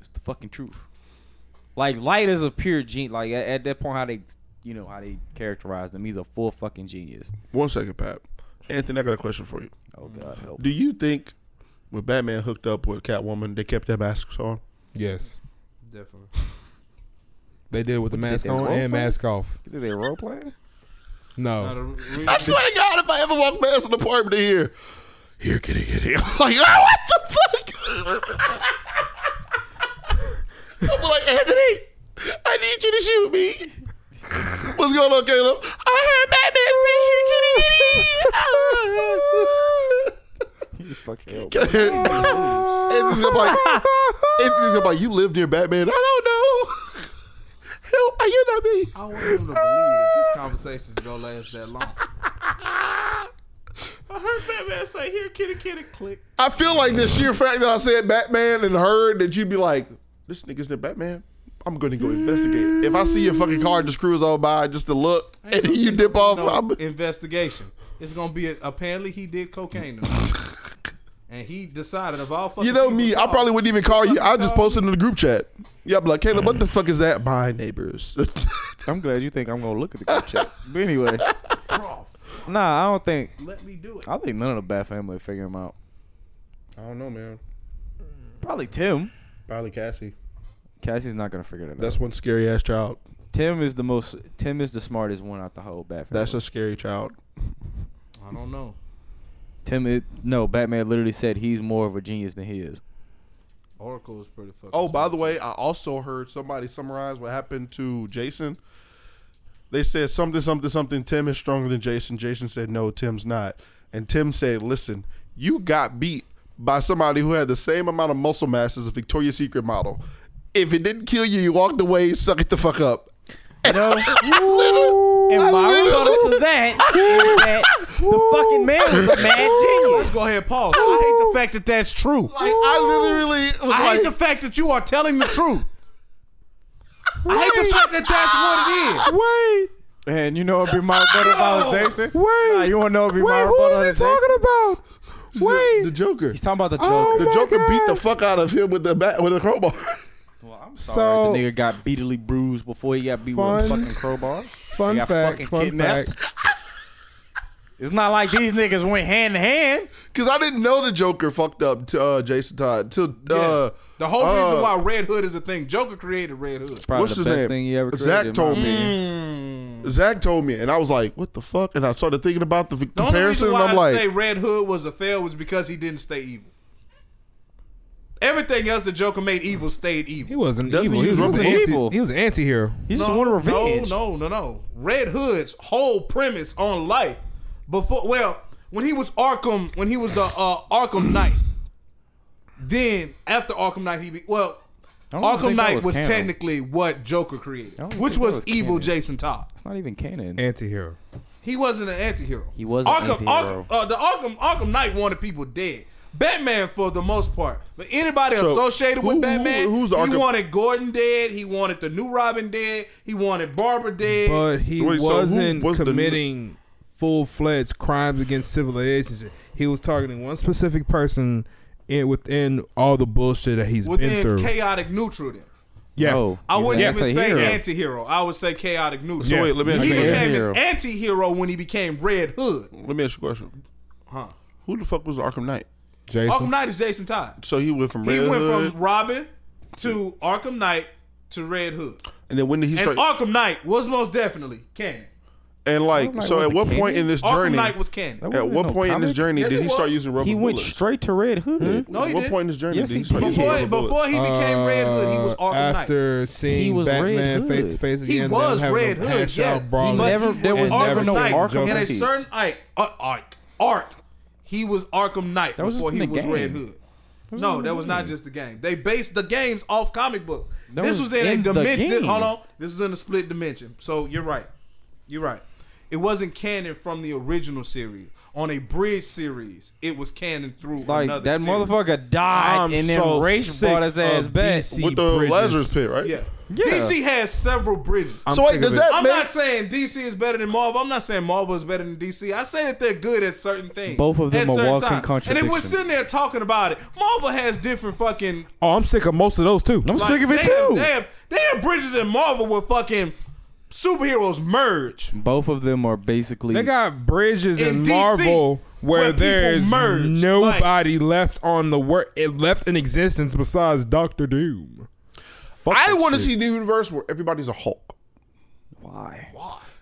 It's the fucking truth. Like Light is a pure genius. Like at, at that point, how they, you know, how they characterize him, he's a full fucking genius. One second, Pat. Anthony, I got a question for you. Oh God, help. Do you think when Batman hooked up with Catwoman, they kept their masks on? Yes. Definitely. They did it with the mask they on role play? and mask off. You think they role playing? Now, the No. re- I swear to God, if I ever walk past an apartment here, here, kitty, kitty. I'm like, oh, what the fuck? I'm like, Anthony, I need you to shoot me. What's going on, Caleb? I heard Batman say, here, kitty, kitty. and it's gonna be like, it's just gonna be like, you live near Batman. I don't know. Help, are you not me? I want them to believe that this conversation is gonna last that long. I heard Batman say, "Here, kitty, kitty, click." I feel like the sheer fact that I said Batman and heard that you'd be like, this nigga's the Batman. I'm gonna go investigate. If I see your fucking car just cruise all by just to look, and then you dip off, No, I'm, investigation. It's gonna be a, apparently he did cocaine, tonight. and he decided of all fucking You know people me, to I call, probably wouldn't even call you. I just posted in the group chat. Yeah, I'm like, Caleb, what the fuck is that? My neighbors. I'm glad you think I'm gonna look at the group chat. But anyway, "Bro, nah, I don't think. let me do it. I think none of the bad family figure him out. I don't know, man. Probably Tim. Probably Cassie. Cassie's not gonna figure it out. That's one scary ass child. Tim is the most. Tim is the smartest one out the whole Bat family. That's a scary child. I don't know. Tim. Is, no, Batman literally said he's more of a genius than he is. Oracle is pretty fucking. Oh, by smart. the way, I also heard somebody summarize what happened to Jason. They said something, something, something. Tim is stronger than Jason. Jason said, no, Tim's not. And Tim said, listen, you got beat by somebody who had the same amount of muscle mass as a Victoria's Secret model. If it didn't kill you, you walked away, suck it the fuck up. And my I rebuttal to that is that the fucking man was a mad genius. go ahead, pause. I hate the fact that that's true. Like, Oh. I literally was I like, hate the fact that you are telling the truth. I hate the fact that that's what it is. Wait, And you know it'd be my rebuttal if I was Jason. wait. Nah, you wanna know it'd be my wait, who rebuttal is to he Jason? talking about? the Wait. Joker. He's talking about the Joker. Oh The my Joker beat the God. fuck out of him with the bat, with a crowbar. Well, I'm sorry. the nigga got beatily bruised before he got beat with a Fun- fucking crowbar. He Fun got fact. fucking Fun kidnapped. fact. It's not like these niggas went hand to hand. Because I didn't know the Joker fucked up to, uh, Jason Todd. Till, uh, The whole reason uh, why Red Hood is a thing, Joker created Red Hood. Probably What's the his best name? thing he ever Zach created. told man. me. Zach told me, and I was like, "What the fuck?" And I started thinking about the v- The only reason comparison, and why I'm I like, say Red Hood was a fail was because he didn't stay evil. Everything else the Joker made evil stayed He evil. wasn't Doesn't evil. he He use was, an rubber anti. evil? He was an anti-hero. He just no, wanted revenge. No, no, no, no. Red Hood's whole premise on life before well, when he was Arkham, when he was the uh, Arkham Knight. Then after Arkham Knight, he be, well, I don't Arkham think that Knight was, canon. technically what Joker I created, don't which think that was, was evil canon. Jason Todd. It's not even canon. Anti-hero. He wasn't an antihero. He was an Arkham, Arkham, antihero. uh, the Arkham Arkham Knight wanted people dead. Batman for the most part, but anybody So, associated with who- Batman, who- who's the he Arkham- wanted Gordon dead. He wanted the new Robin dead. He wanted Barbara dead. But he Wait, so who wasn't was the- committing full-fledged crimes against civilization. He was targeting one specific person in within all the bullshit that he's been within through. chaotic neutral, then yeah. No, I he's wouldn't an even say anti-hero. antihero. I would say chaotic neutral. So wait, let me ask he you a became question. Anti-hero. an anti-hero when he became Red Hood. Let me ask you a question. Huh. Who the fuck was Arkham Knight? Arkham Jason. Knight is Jason Todd. So he went from He Red went Hood, from Robin to Arkham Knight to Red Hood. and then when did he And start? Arkham Knight was most definitely canon. and like, Arkham Knight so at wasn't what point canon? in this Arkham journey? Knight was canon. at what point in this journey Hmm? Yes, did it he was. start using rubber He went bullets? straight to Red Hood. No, he at what did. point in this journey Yes, did he he start did. using Before, rubber bullets? before he became Red Hood, he was Arkham Knight. Uh, after seeing He was Red Batman Hood. face to face He again, was them having Red them Hood. hash Yeah, out brawling, But never- there was and Arkham never no Knight. Arkham in a Knight. certain like uh, arc, arc, he was Arkham Knight That was before just he in the was game. Red Hood. No, that was not just the game. They based the games off comic book. That this was was in, in a the dimension. game. Hold on, this was in a split dimension. So you're right, you're right. It wasn't canon from the original series. On a bridge series, it was canon through Like another that series. motherfucker died, I'm and then so Rach sick brought his ass of back. DC. with the Bridges. Lazarus Pit, right? Yeah. Yeah. DC has several bridges. I'm So wait, sick does of it. that I'm make not saying DC is better than Marvel. I'm not saying Marvel is better than DC. I say that they're good at certain things. Both of them At are certain walking times. And if we're contradictions. sitting there talking about it, Marvel has different fucking. Oh, I'm sick of most of those too. I'm sick of it they have- too. they, have, they have bridges in Marvel where fucking superheroes merge. Both of them are basically. They got bridges In in, DC, Marvel where where, people there's merge, nobody left on the work it left in existence besides Doctor Doom. Fuck I that want to shit. see the universe where everybody's a Hulk, why?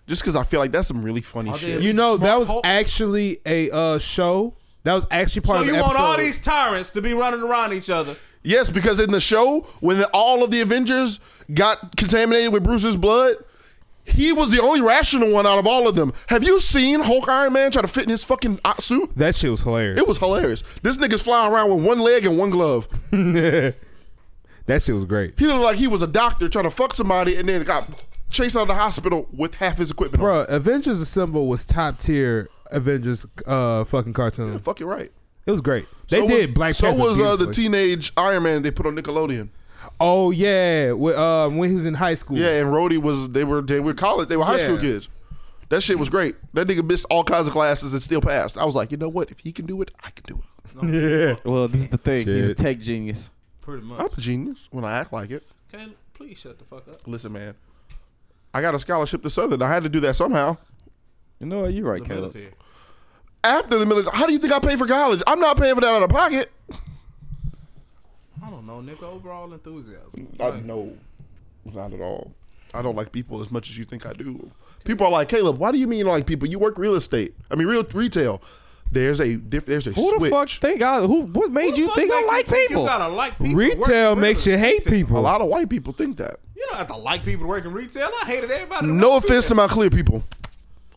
just because I feel like that's some really funny they- shit. You know Smart that was Hulk. actually a uh, show. That was actually part So of the you want episode. all these tyrants to be running around each other. Yes, because in the show, when the, all of the Avengers got contaminated with Bruce's blood, he was the only rational one out of all of them. Have you seen Hulk Iron Man try to fit in his fucking uh, suit? that shit was hilarious. It was hilarious. This nigga's flying around with one leg and one glove. that shit was great, He looked like he was a doctor trying to fuck somebody and then got chased out of the hospital with half his equipment. on. bro. Avengers Assemble was top tier Avengers uh, fucking cartoon. Fuck it, right. It was great. They did was, Black So Panther was uh, the beautifully. teenage Iron Man they put on Nickelodeon. Oh yeah, with, um, when he was in high school. Yeah, and Rhodey was they were they were college they were high Yeah. school kids. That shit was great. That nigga missed all kinds of classes and still passed. I was like, you know what? If he can do it, I can do it. Yeah. Well, this is the thing. He's a Shit. tech genius. Pretty I'm much. a genius when I act like it. Caleb, please shut the fuck up. Listen, man, I got a scholarship to Southern. I had to do that somehow. You know what? You're right, The Caleb. military. After the military, how do you think I paid for college? I'm not paying for that out of pocket. I don't know, nigga. Overall enthusiasm. I, Like, no, not at all. I don't like people as much as you think I do. People are like Caleb. Why do you mean you don't like people? You work real estate. I mean real retail. There's a diff, there's a Who the switch. fuck think I? Who? What made who you the think fuck I make like you think people? You gotta like people. Retail working makes you retail. hate people. A lot of white people think that. You don't have to like people to work in retail. I hated everybody. that No worked offense to retail. my clear people.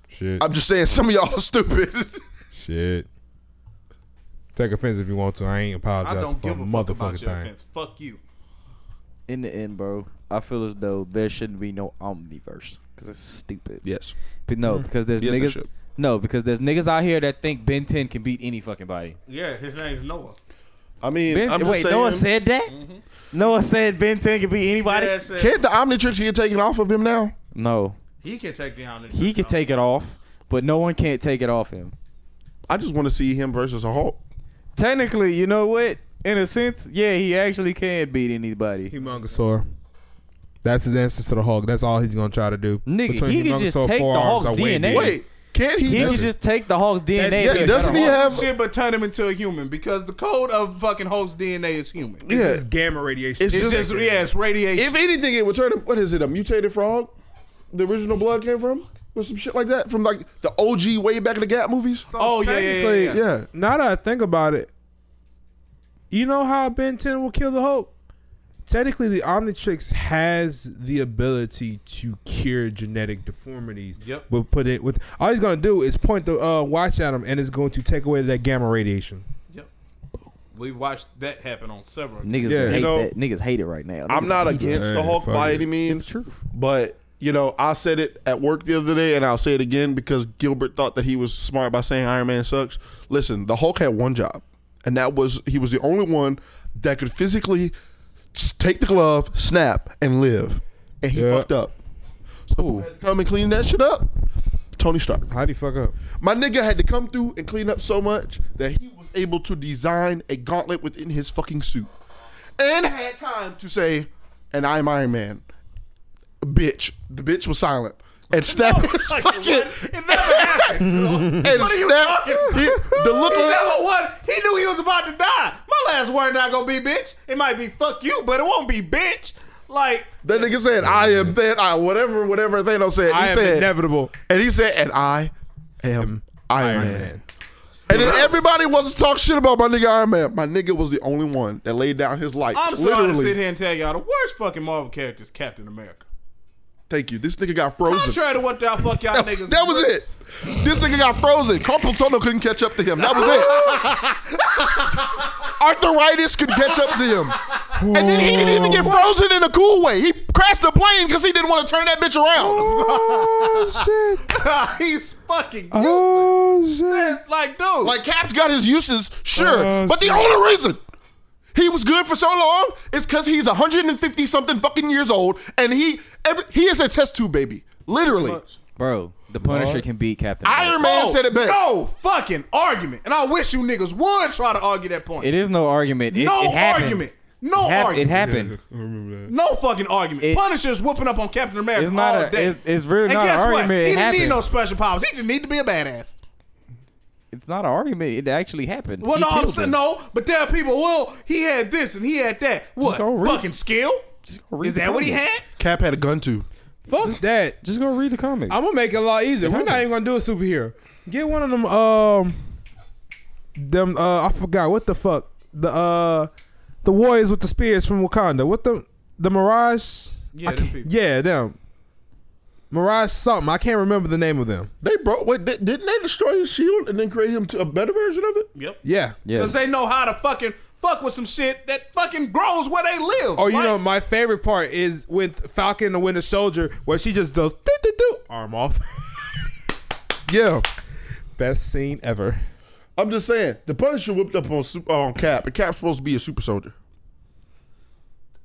Shit. I'm just saying some of y'all are stupid. Shit. Take offense if you want to. I ain't I apologizing don't for a give a fuck about motherfucking your thing. offense. Fuck you. In the end, bro, I feel as though there shouldn't be no omniverse because it's stupid. yes. But no, because there's Yes, it niggas. should. No, because there's niggas out here that think Ben 10 can beat any fucking body. Yeah, his name's Noah. I mean, Ben, I'm just wait, saying. Mm-hmm. Noah said that. Noah said Ben 10 can beat anybody. Yeah, said- Can't the Omnitrix get taken off of him now? No, He can take down. this he shit, can though. take it off, but no one can't take it off him. I just want to see him versus a Hulk. Technically, you know what? In a sense, yeah, he actually can beat anybody. Humongosaur. That's his answer to the Hulk. That's all he's gonna try to do. Nigga, he can just Humongosaur take the Hulk's forearms, I win, DNA. nigga. Wait, can't he? He can just, just take the Hulk's DNA. and yeah, make it doesn't he Hulk. have? shit, but turn him into a human because the code of fucking Hulk's DNA is human. Yeah, It's gamma radiation. It's It's just- just yeah, it's radiation. If anything, it would turn him. What is it? A mutated frog? The original blood came from? Or some shit like that? From like the OG way back in the Gap movies? oh yeah, yeah, yeah, yeah. technically- yeah. Now that I think about it, you know how Ben 10 will kill the Hulk? Technically, the Omnitrix has the ability to cure genetic deformities. Yep. We'll put it with all he's gonna do is point the uh, watch at him, and it's going to take away that gamma radiation. Yep. We watched that happen on several. Niggas Yeah. hate You know, that. Niggas hate it right now. I'm Niggas not hate it. against Hey, the Hulk fuck by it. any means. It's the truth. But, you know, I said it at work the other day and I'll say it again because Gilbert thought that he was smart by saying Iron Man sucks. Listen, the Hulk had one job, and that was he was the only one that could physically s- take the glove, snap, and live. And he Yeah. fucked up. So who had to come and clean that shit up? Tony Stark. How do you fuck up? My nigga had to come through and clean up so much that he was able to design a gauntlet within his fucking suit. And had time to say, and I'm Iron Man. Bitch. The bitch was silent. And snap his fucking It never happened. and snap he- the look he on never won. He knew he was about to die. My last word not gonna be bitch. It might be fuck you, but it won't be bitch. Like that nigga said, I am that I whatever, whatever Thanos said. He I am said inevitable. and he said, and I am Iron, Iron Man. Man. And then everybody wants to talk shit about my nigga Iron Man. My nigga was the only one that laid down his life. I'm sorry literally. to sit here and tell y'all the worst fucking Marvel character is Captain America. Thank you. This nigga got frozen. Contrary to what y'all fuck y'all That, niggas. that was it. This nigga got frozen. Carpal tunnel couldn't catch up to him. That was it. Arthritis could catch up to him. And then he didn't even get frozen in a cool way. He crashed the plane because he didn't want to turn that bitch around. Oh shit! He's fucking Oh shit! useless. Like dude, Uh-huh. Like, Cap's got his uses, sure. Oh, but the shit. only reason he was good for so long is because he's 150 something fucking years old and he every, he is a test tube baby. Literally. Bro, the Punisher can beat Captain. America. Iron Man said it best. Oh, No fucking argument. And I wish you niggas would try to argue that point. It is no argument. It, no it happened. argument. It, No hap- it argument. happened. no fucking argument. It- Punisher's whooping up on Captain America It's not all a- day. it's- it's really and not an guess what? argument. It He didn't need happened. no special powers. He just need to be a badass. It's not an argument. It actually happened. Well, He no, I'm killed saying him. no. But there are people. Well, he had this and he had that. What go read- fucking skill? Just go read Is the that what he comic. had? Cap had a gun too. Fuck that! Just go read the comic. I'm gonna make it a lot easier. We're not even gonna do a superhero. Get one of them. Um, them. Uh, I forgot what the fuck. The uh, the warriors with the spears from Wakanda. What the the Mirage? Yeah, I them can't- people. yeah, them. Mirage something. I can't remember the name of them. They broke. Wait, di- didn't they destroy his shield and then create him to a better version of it? Yep. Yeah. Because yes. they know how to fucking fuck with some shit that fucking grows where they live. Oh, you Like, know, my favorite part is with Falcon and the Winter Soldier, where she just does do do do arm off. Yeah. Best scene ever. I'm just saying, the Punisher whipped up on Sup- on Cap, and Cap's supposed to be a super soldier.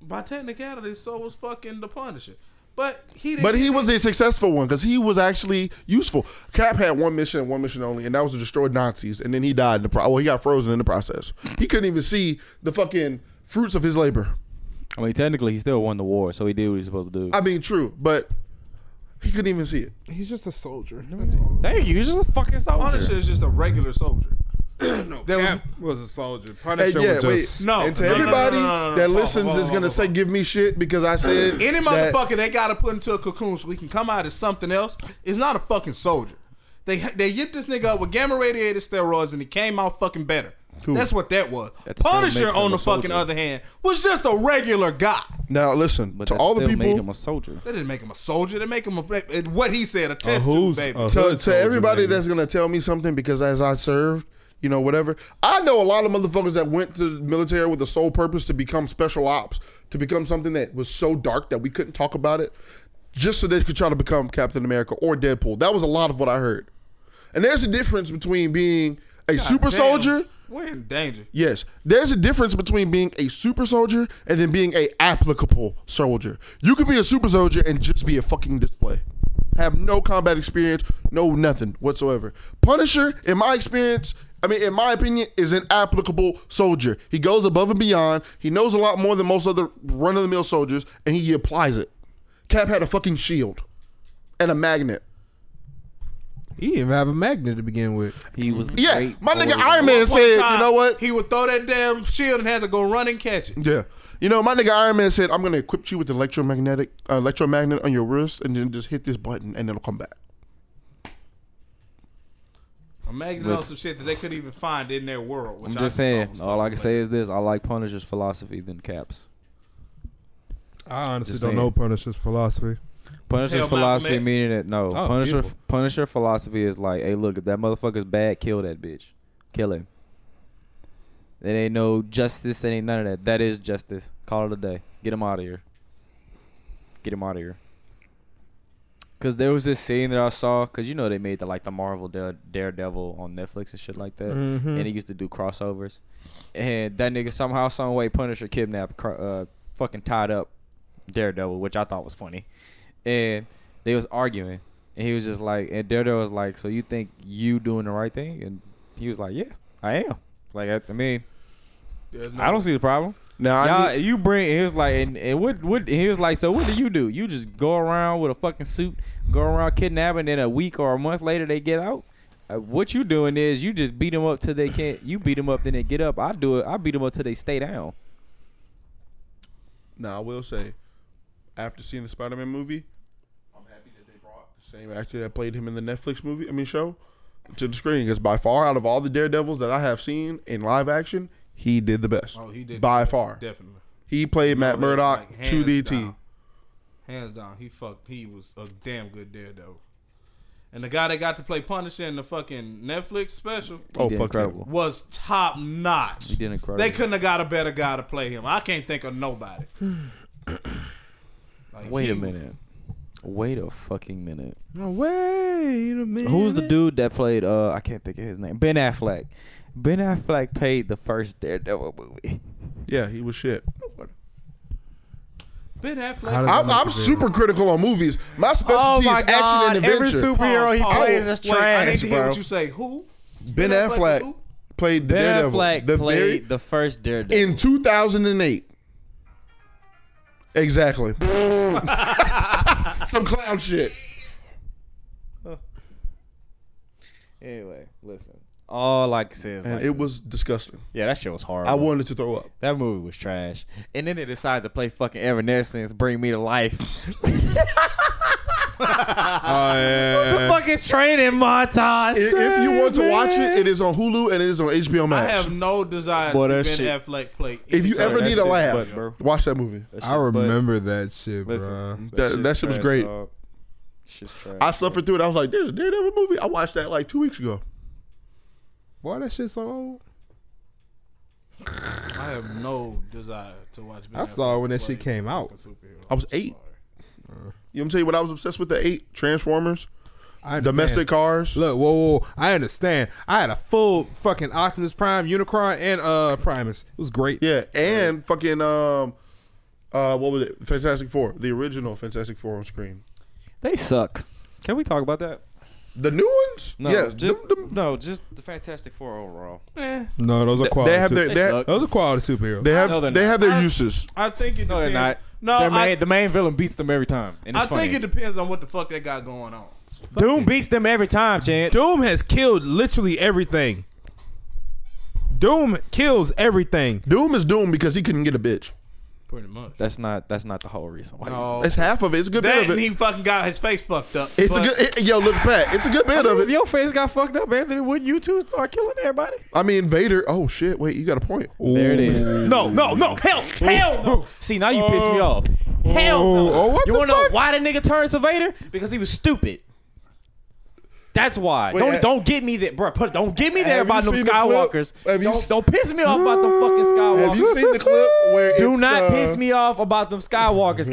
by technicality, so was fucking the Punisher. But he didn't But he get was a successful one because he was actually useful. Cap had one mission and one mission only, and that was to destroy Nazis. And then he died in the pro. Well, he got frozen in the process. He couldn't even see the fucking fruits of his labor. I mean, technically, he still won the war, so he did what he was supposed to do. I mean, true, but he couldn't even see it. He's just a soldier. That's all. Thank you. He's just a fucking soldier. Punisher is just a regular soldier. That was, was a soldier. Hey, Punisher yeah, was wait. just No, and to no, no, no, everybody no, no, no, no. that Hold on, listens hold on, is hold gonna on, say, hold on. "Give me shit" because I said Any that- motherfucker they gotta put into a cocoon so he can come out as something else is not a fucking soldier. They they yipped this nigga up with gamma radiated steroids and he came out fucking better. That's what that was. That still Punisher makes him on a the fucking soldier. other hand was just a regular guy. Now listen but to that all the still made him people. a soldier. That didn't make him a soldier. That make him a what he said a test tube who's- baby. a To, hood to soldier, everybody maybe. that's gonna tell me something because as I served, you know, whatever. I know a lot of motherfuckers that went to the military with the sole purpose to become special ops, to become something that was so dark that we couldn't talk about it, just so they could try to become Captain America or Deadpool. That was a lot of what I heard. And there's a difference between being a super Damn, soldier. We're in danger. Yes, there's a difference between being a super soldier and then being a applicable soldier. You could be a super soldier and just be a fucking display. Have no combat experience, no nothing whatsoever. Punisher, in my experience, I mean, in my opinion, is an applicable soldier. He goes above and beyond. He knows a lot more than most other run of the mill soldiers, and he applies it. Cap had a fucking shield and a magnet. He didn't even have a magnet to begin with. He was the Yeah, great my nigga warrior. Iron Man said, you know what? He would throw that damn shield and had to go run and catch it. Yeah. You know, my nigga Iron Man said, I'm going to equip you with electromagnetic, uh, electromagnet on your wrist and then just hit this button and it'll come back. Imagine on some shit that they couldn't even find in their world. which I'm I just thought saying. was All I fucking can say is this: I like Punisher's philosophy than Cap's. I honestly Just don't saying. know Punisher's philosophy. Punisher's Hell, Malcolm philosophy X. meaning that no. Oh, Punisher beautiful. Punisher philosophy is like, hey, look, if that motherfucker's bad, kill that bitch, kill him. It ain't no justice. It ain't none of that. That is justice. Call it a day. Get him out of here. Get him out of here. Cause there was this scene that I saw. Cause you know they made the like the Marvel Dare- Daredevil on Netflix and shit like that. And he used to do crossovers. And that nigga somehow, some way, Punisher kidnapped, cro- uh, fucking tied up Daredevil, which I thought was funny. And they was arguing, and he was just like, and Daredevil was like, "So you think you doing the right thing?" And he was like, "Yeah, I am." Like I, I mean, There's no- I don't see the problem. Now, Y'all, I need, you bring. He was like, and, and what what he was like. So what do you do? You just go around with a fucking suit, go around kidnapping, and a week or a month later they get out. Uh, what you doing is you just beat them up till they can't. You beat them up, then they get up. I do it. I beat them up till they stay down. now, I will say, after seeing the Spider Man movie, I'm happy that they brought the same actor that played him in the Netflix movie, I mean, show, to the screen. Because by far, out of all the Daredevils that I have seen in live action, he did the best. Oh, he did By the best, far. Definitely. He played Matt Like, Murdock like, to hands the T. down. Hands down, he fucked. He was a damn good daredevil. And the guy that got to play Punisher in the fucking Netflix special He Oh, did fuck him. incredible. was top notch. He did incredible. They couldn't have got a better guy to play him. I can't think of nobody. Like, Wait he a minute. Wait a fucking minute. No, wait a minute. Who's the dude that played? Uh, I can't think of his name. Ben Affleck. Ben Affleck played the first Daredevil movie. Yeah, he was shit. Ben How Affleck. does- I'm, I'm super critical on movies. My Oh specialty is action and adventure. Oh Every superhero he Pause, pause. plays is Wait, I need trash, to hear bro. what you say. Who? Ben Ben Affleck Affleck who? played the Ben Daredevil Affleck the played very- the first Daredevil. in 2008. Exactly. Some clown shit. Anyway, listen. All I can say is, And like, it was disgusting. yeah, that shit was horrible. I wanted to throw up. that movie was trash. And then they decided to play fucking Evanescence, Bring Me to Life. Oh, the fucking training montage. I- If you want to watch it, it is on Hulu and it is on HBO I Max. have no desire Boy, to that see Ben shit- Affleck play. if you any- ever that need a shit laugh, butt, bro. watch that movie. I remember that shit, bro. Listen, That- that shit was great. Shit's trash. I suffered through it. I was like, "There's a Daredevil movie." I watched that like two weeks ago. Boy, that shit so old. I have no desire to watch. Ben I saw it when that play shit came out. a superhero. I was eight. You know what I'm telling you what I was obsessed with? The eight Transformers, I understand. domestic cars. Look, whoa, whoa, whoa, I understand. I had a full fucking Optimus Prime, Unicron, and uh Primus. It was great. Yeah, and fucking um, Uh, what was it? Fantastic Four, the original Fantastic Four on screen. They suck. Can we talk about that? The new ones? No, yes. just them- them- no, just the Fantastic Four overall. No, those are quality. they have their They they, have- suck. those are quality superheroes. they have No, they're they not. have their I- uses. I think it No, they're depends. not. No, Their I, main, the main villain beats them every time, and it's I funny. think it depends on what the fuck they got going on. Doom beats them every time, Chance. Doom has killed literally everything. Doom kills everything. Doom is Doom because he couldn't get a bitch. Pretty much. That's not. That's not the whole reason. Why No. It's half of it. It's a good That bit of and he it. fucking got his face fucked up. It's a but- good it- yo. Look back. It's a good bit of If it. your face got fucked up, Anthony, wouldn't you too start killing everybody? I mean Vader. Oh shit! Wait, you got a point. There it is. No, no, no. Hell, hell no. See, now you Oh. piss me off. Hell no. Oh, what you the wanna fuck? know why the nigga turned to Vader? Because he was stupid. That's why. Wait, don't ha- don't get me there, bro. Put, don't get me there Have about you them seen the clip? Skywalkers. Have you don't, s- don't piss me off about them fucking Have you Skywalkers. seen the clip where Do it's, not uh, piss me off about them Skywalkers,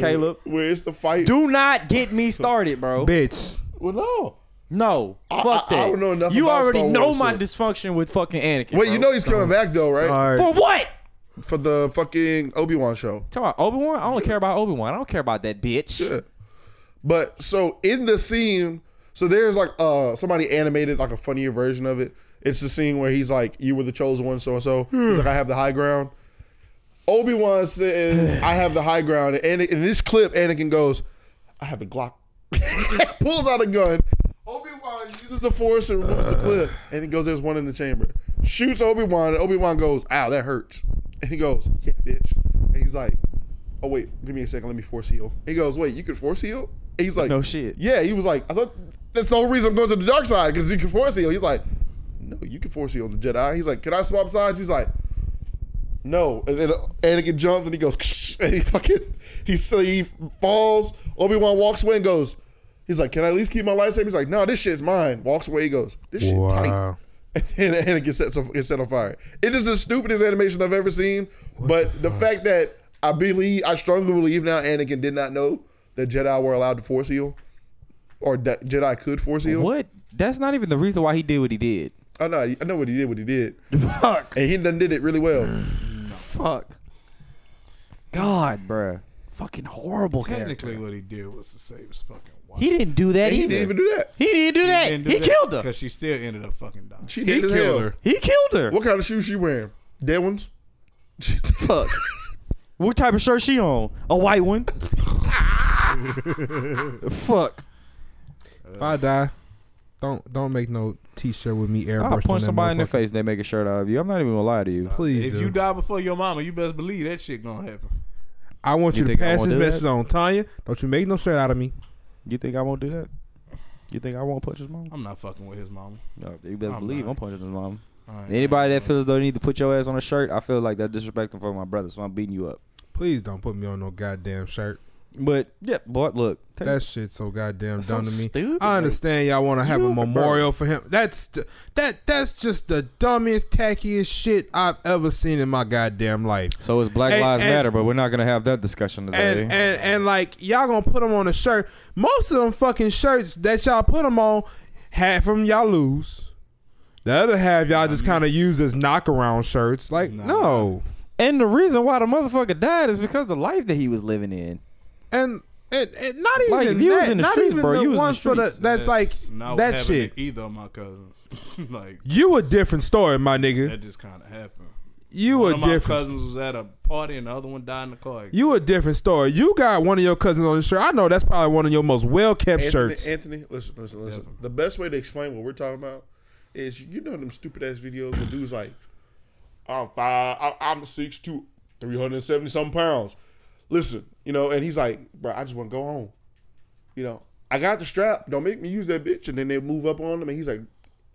Caleb. Where it's the fight? Do not get me started, bro. Bitch. Well, no. No, I- fuck I- I that. don't know nothing you about already Star know Wars, my so- dysfunction with fucking Anakin. Wait, you bro. know he's coming back though, right? All right. for what? For the fucking Obi Wan show. Talk about Obi Wan. I don't care about Obi Wan. I don't care about that bitch. Yeah. But so in the scene, so there's like uh somebody animated like a funnier version of it. It's the scene where he's like, "You were the chosen one," so and so. He's like, "I have the high ground." Obi Wan says, "I have the high ground," and in this clip, Anakin goes, "I have a Glock." Pulls out a gun. Obi Wan uses the force and removes the clip, and he goes, "There's one in the chamber." Shoots Obi Wan, and Obi Wan goes, "Ow, that hurts," and he goes, "Yeah, bitch," and he's like, oh wait, give me a second, let me force heal. He goes, wait, you can force heal? And he's like, No shit. Yeah, he was like, I thought that's the whole reason I'm going to the dark side because you can force heal. He's like, no, you can force heal the Jedi. He's like, can I swap sides? He's like, no. And then Anakin jumps and he goes, and he fucking he so he falls. Obi Wan walks away and goes. He's like, can I at least keep my lightsaber? He's like, no, this shit's mine. Walks away. He goes, this shit tight. Wow. And then Anakin gets set, gets set on fire. It is the stupidest animation I've ever seen. but the, fact that I believe, I strongly believe now Anakin did not know that Jedi were allowed to force heal or that Jedi could force heal. What? That's not even the reason why he did what he did. I know, I know what he did, what he did. Fuck. And he done did it really well. Fuck. God, bruh. Fucking horrible Technically, character. what he did was to save his fucking wife. He didn't do that And he either. didn't even do that. He didn't do that. He, killed her. because she still ended up fucking dying. She did as hell. He killed her. What kind of shoes she wearing? Dead ones? Fuck. what type of shirt she on? A white one. Fuck. If I die, don't don't make no t-shirt with me airbrushed. I'll on punch that somebody in the motherfucker. face. They make a shirt out of you. I'm not even gonna lie to you. Please if do. you die before your mama, you best believe that shit gonna happen. I want You you, to think I pass won't this do message that? on, Tanya. Don't you make no shirt out of me. You think I won't do that? You think I won't punch his mom? I'm not fucking with his mama. No, you better I'm believe not. I'm punching his mom. I ain't- Anybody that feels though they need to put your ass on a shirt, I feel like that disrespectful for my brother, so I'm beating you up. Please don't put me on no goddamn shirt. But yeah, boy, look, take- That shit so goddamn That's dumb so to me. stupid, I like- understand y'all want to have a memorial for him. That's th- that that's just the dumbest, tackiest shit I've ever seen in my goddamn life. so it's Black And- Lives and- Matter, but we're not gonna have that discussion And today. and and like y'all gonna put them on a shirt. Most of them fucking shirts that y'all put them on, half of them y'all lose. The other half y'all just kind of use as knockaround shirts. Like no, And the reason why the motherfucker died is because the life that he was living in. and. It, it, not even Like, if you that. was in the not streets, even bro, the you was in the ones for the streets. that's, like not what that happened shit. to either of my cousins. like You a different story, my nigga. that just kind of happened. You one a of my different. cousins was at a party and the other one died in the car. You a different story. You got one of your cousins on the shirt. I know that's probably one of your most well kept Anthony, shirts. Anthony, listen, listen, listen. The best way to explain what we're talking about is you know them stupid ass videos where dudes like, I'm five, I- I'm six to 370 some pounds. Listen, you know, and he's like, bro, I just want to go home. You know, I got the strap. Don't make me use that bitch. And then they move up on him, and he's like,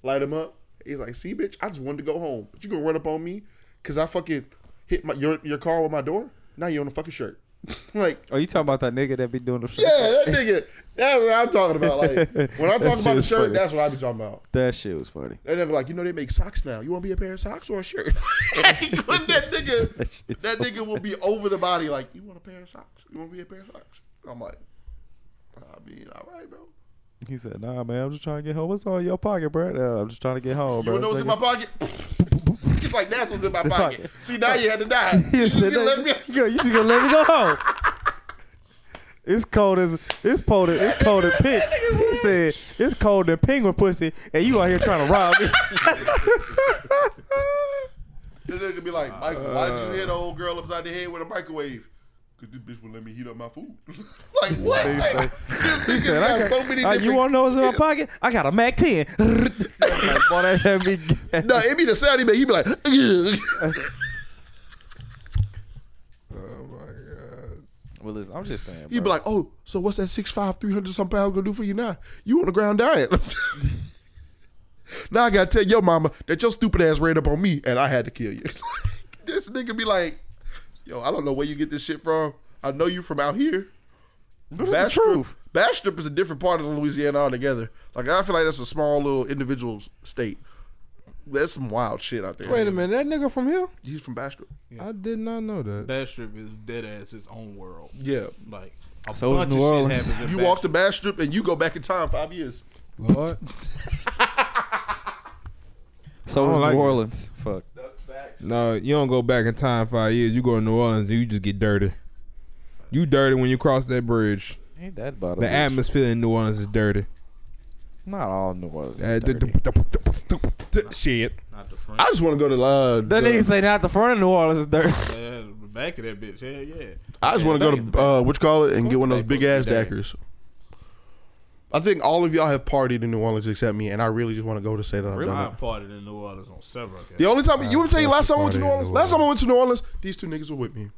light him up. He's like, see, bitch, I just wanted to go home, but you gonna run up on me because I fucking hit my your your car with my door. Now you on a fucking shirt, like. Oh, you talking about that nigga that be doing the shirt? Yeah, that nigga. That's what I'm talking about. Like when I That talk shit about the is shirt, funny. that's what I be talking about. That shit was funny. That nigga like, you know, they make socks now. You want to be a pair of socks or a shirt? Like, when that nigga, That shit's that so nigga will be over the body. Like, you want a pair of socks? You want to be a pair of socks? I'm like, I mean, all right, bro. He said, "Nah, man, I'm just trying to get home. What's on your pocket, bro? Uh, I'm just trying to get home, You bro." want to know what's in my pocket? just like that's what's in my pocket. See, now you had to die. You just said gonna let me. that- Yo, you just gonna let me go home. It's cold as it's cold as it's cold as pig. He said it's cold as penguin pussy, and you out here trying to rob me. This nigga be like, Michael, why'd you hit an old girl upside the head with a microwave? Cause this bitch would let me heat up my food. like what? Like, this nigga got so many Uh, different. you wanna know what's in my pocket? I got a Mac 10. like, boy, that had me. No, it be the sound he make. He be like, Well, listen, I'm just saying. he Bro. be like, oh, so what's that six five three hundred some pound gonna do for you now? You on the ground diet? now I gotta tell your mama that your stupid ass ran up on me and I had to kill you. this nigga be like, yo, I don't know where you get this shit from. I know you from out here. But it's the Bastrop, truth. Bastrop is a different part of Louisiana altogether. Like I feel like that's a small little individual state. That's some wild shit out there. Wait a minute, that nigga from here? He's from Bastrop. I did not know that. That strip is dead ass its own world. Yeah. Like a So is bunch New of Orleans. shit happens. You in walk Bastrop. to Bastrop and you go back in time five years. Lord, so was like it. New Orleans. Fuck. no, you don't go back in time five years. You go to New Orleans, you just get dirty. You dirty when you cross that bridge. Ain't that about The atmosphere in New Orleans is dirty. Not all New Orleans. is Uh, the- dirty. the- Shit. Not the front. I just want to go to uh, That the- nigga say not the front of New Orleans is dirty. Yeah, the back of that bitch. Hell yeah. I just want to Yeah, go back is to uh, what you call it and get one of those Back big ass looks dirty. dackers. I think all of y'all have partied in New Orleans except me, and I really just want to go to say that. I've done I it. partied in New Orleans on several occasions. The only time you want to tell you last time I went to New partied in Orleans. New Last time I went to New Orleans, these two niggas were with me,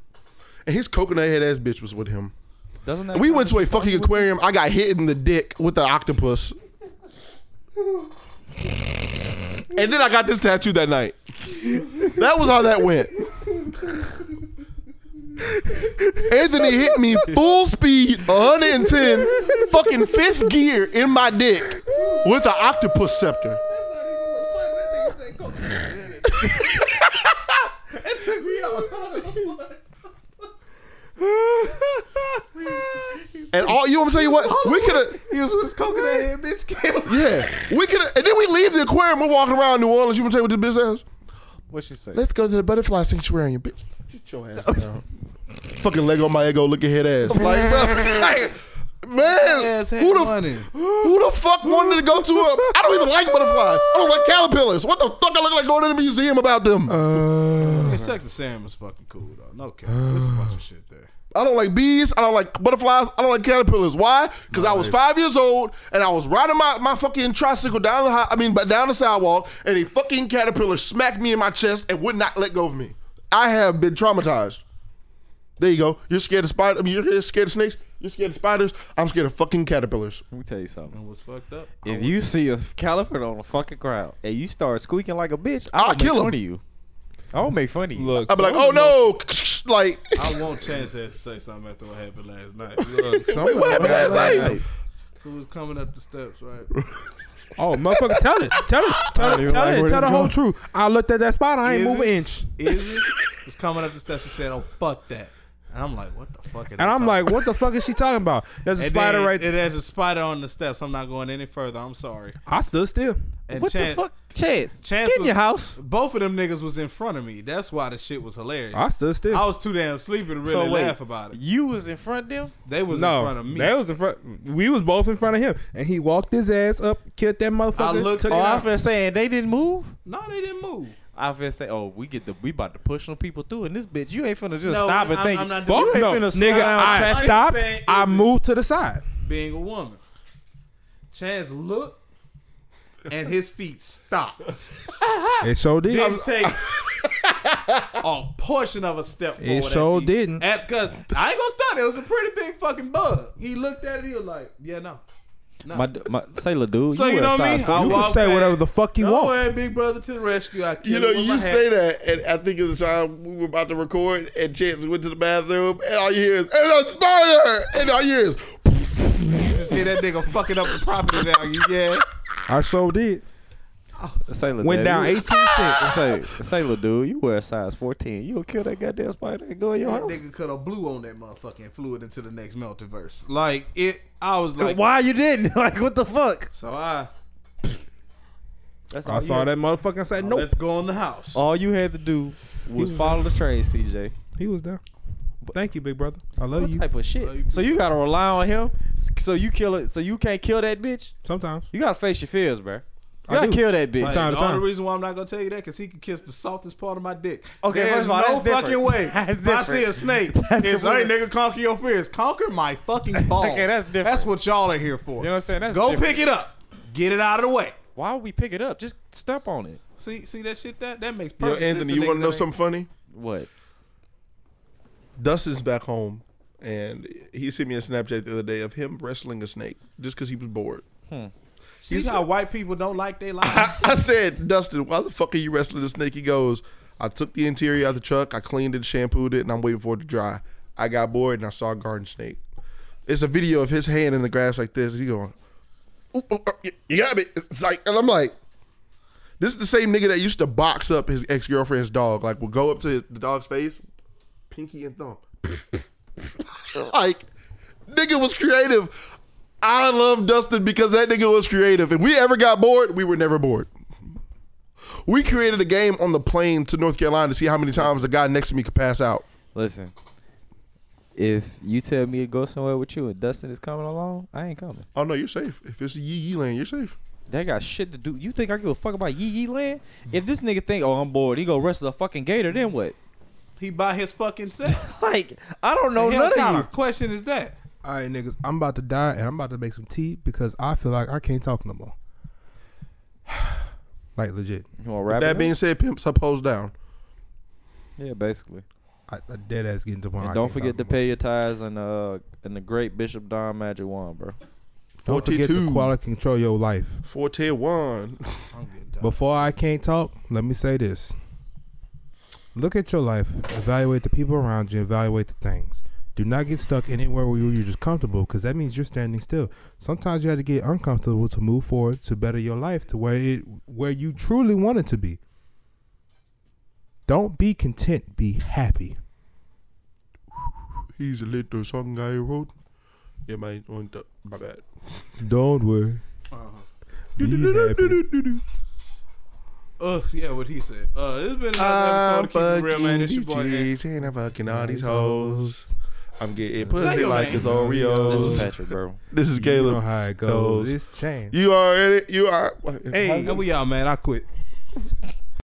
and his coconut head ass bitch was with him. Doesn't that We went to a fucking aquarium. I got hit in the dick with an octopus. And then I got this tattoo that night. That was how that went. Anthony hit me full speed, 110, fucking fifth gear in my dick with an octopus scepter. And all you want me to tell you what? We could have. He was with his coconut head, bitch. Yeah, we could. have And then we leave the aquarium. We're walking around New Orleans. You want to tell you what this bitch says? What she say? Let's go to the butterfly sanctuary, bitch. Get your ass down. Fucking Lego my ego looking head ass. Like, bro, like, man, ass had who the money. who the fuck wanted to go to a? I don't even like butterflies. I don't like caterpillars. What the fuck? I look like going to the museum about them. Except the Sam is fucking cool though. No cap. There's a bunch of shit there. I don't like bees. I don't like butterflies. I don't like caterpillars. Why? Because I was five years old and I was riding my, my fucking tricycle down the high, I mean, but down the sidewalk, and a fucking caterpillar smacked me in my chest and would not let go of me. I have been traumatized. There you go. You're scared of spiders. I mean, you're scared of snakes. You're scared of spiders. I'm scared of fucking caterpillars. Let me tell you something. And what's fucked up? If you see a caliper on a fucking crowd and you start squeaking like a bitch, I'll, I'll make kill fun him. of you. I'll make fun of you. Look, I'd be like, oh no, like I won't chance that to say something after what happened last night. somebody- what happened last night? Who was coming up the steps, right? Oh, motherfucker, tell it. Tell it. Tell it. Tell, like it. where tell the this whole truth. I looked at that spot. I ain't Is move an it? inch. Izzy was coming up the steps and said, "Oh fuck that," and I'm like, "What the fuck?" And I'm like, what the fuck is she talking about? There's a spider right there. It has a spider on the steps. I'm not going any further. I'm sorry. I stood still. And What Chan- the fuck? Chance. Chance get in was- your house. Both of them niggas was in front of me. That's why the shit was hilarious. I stood still. I was too damn sleepy to really So wait, laugh about it. You was in front of them? They was no, in front of me. They was in front. We was both in front of him, and he walked his ass up, killed that motherfucker. I looked- took it Oh, I out. feel saying they didn't move. no, they didn't move. I feel saying, oh, we get the we about to push some people through, and this bitch, you ain't finna just No, stop and I'm- think. I'm not you Fuck ain't no, finna slow nigga. down I traffic. stopped. Understand is I it- moved to the side. Being a woman, Chance looked and his feet stopped. It so did. Didn't take a portion of a step forward. It sure at the- didn't. At, Cause I ain't gonna stop. It was a pretty big fucking bug. He looked at it. He was like, "Yeah, no." My, my, Sailor dude, So you, you, know what I mean? I you can walked say past. whatever the fuck you Don't want. worry, big brother to the rescue. I You killed know, him with my hat. you say that, and I think at the time we were about to record, and Chance went to the bathroom, and all you hear is, "And a spider!" And all you hear is, You see that nigga fucking up the property value. Yeah. I so did. Sailor Went down 18 cents. Sailor dude, you wear a size fourteen. You gonna kill that goddamn spider and go in your That house? nigga could have blew on that motherfucker and flew it into the next multiverse. Like it, I was like, Why you didn't? like, what the fuck? So I, That's all I you saw had- that motherfucker. I said, nope. Let's go in the house. All you had to do was follow the trade, CJ. He was down. Thank you, big brother. I love What you. type of Love you, shit? So you gotta rely on him. S- So you kill it. So you can't kill that bitch. Sometimes. You gotta face your fears, bro. You I gotta do. kill that Like, bitch. time to the time. only reason why I'm not gonna tell you that because he can kiss the softest part of my dick. Okay, There's first of all, no that's different. fucking way. That's if I see a different. snake, That's it's hey different. nigga, conquer your fears. Conquer my fucking balls. Okay, that's different. That's what y'all are here for. You know what I'm saying? That's Go different. pick it up. Get it out of the way. Why would we pick it up? Just step on it. See, see that shit that that makes Yo, perfect sense Anthony, to you want niggas to that know ain't- something funny? What? Dustin's back home, and he sent me a Snapchat the other day of him wrestling a snake just because he was bored. See how white people don't like their lives. I, I said, Dustin, why the fuck are you wrestling a snake? He goes, I took the interior out of the truck, I cleaned it, shampooed it, and I'm waiting for it to dry. I got bored and I saw a garden snake. It's a video of his hand in the grass like this. He going, ooh, ooh, uh, y- you got me. It's like, and I'm like, this is the same nigga that used to box up his ex girlfriend's dog. Like, would go up to the dog's face, pinky and thumb. like, nigga was creative. I love Dustin because that nigga was creative. If we ever got bored, we were never bored. We created a game on the plane to North Carolina to see how many times the guy next to me could pass out. Listen. If you tell me to go somewhere with you and Dustin is coming along, I ain't coming. Oh no, you're safe. If it's a yee yee lane, you're safe. They got shit to do. You think I give a fuck about Yee Yee Land? If this nigga think, oh, I'm bored, he go wrestle a fucking gator, then what? he by his fucking self. Like, I don't know Hell none kind of you. of question is that? All right, niggas. I'm about to die, and I'm about to make some tea because I feel like I can't talk no more. like legit. You want to wrap it that up? being said, pimps her pose down. Yeah, basically. I, I dead ass getting to one. And I don't can't forget to talk no more. pay your tithes and uh and the great Bishop Don Magic Wand, bro. Don't forget to 42. quality control your life. Forte one. I'm getting done. Before I can't talk, let me say this. Look at your life, evaluate the people around you, evaluate the things. Do not get stuck anywhere where you're just comfortable because that means you're standing still. Sometimes you have to get uncomfortable to move forward to better your life to where it where you truly want it to be. Don't be content, be happy. He's a little song I wrote. Yeah, my went up. My bad. Don't worry. Be happy. Uh, yeah, what he said. Uh, it's been another episode of Keep It Real, man. It's your boy. eh? Ant. DJs and I'm fucking all these hoes. I'm getting pussy your like name. it's This Oreos. is Patrick, bro. This is You know Caleb. how it goes. Goes. It's changed. You are in it. You are. Hey, And we out, man. I quit.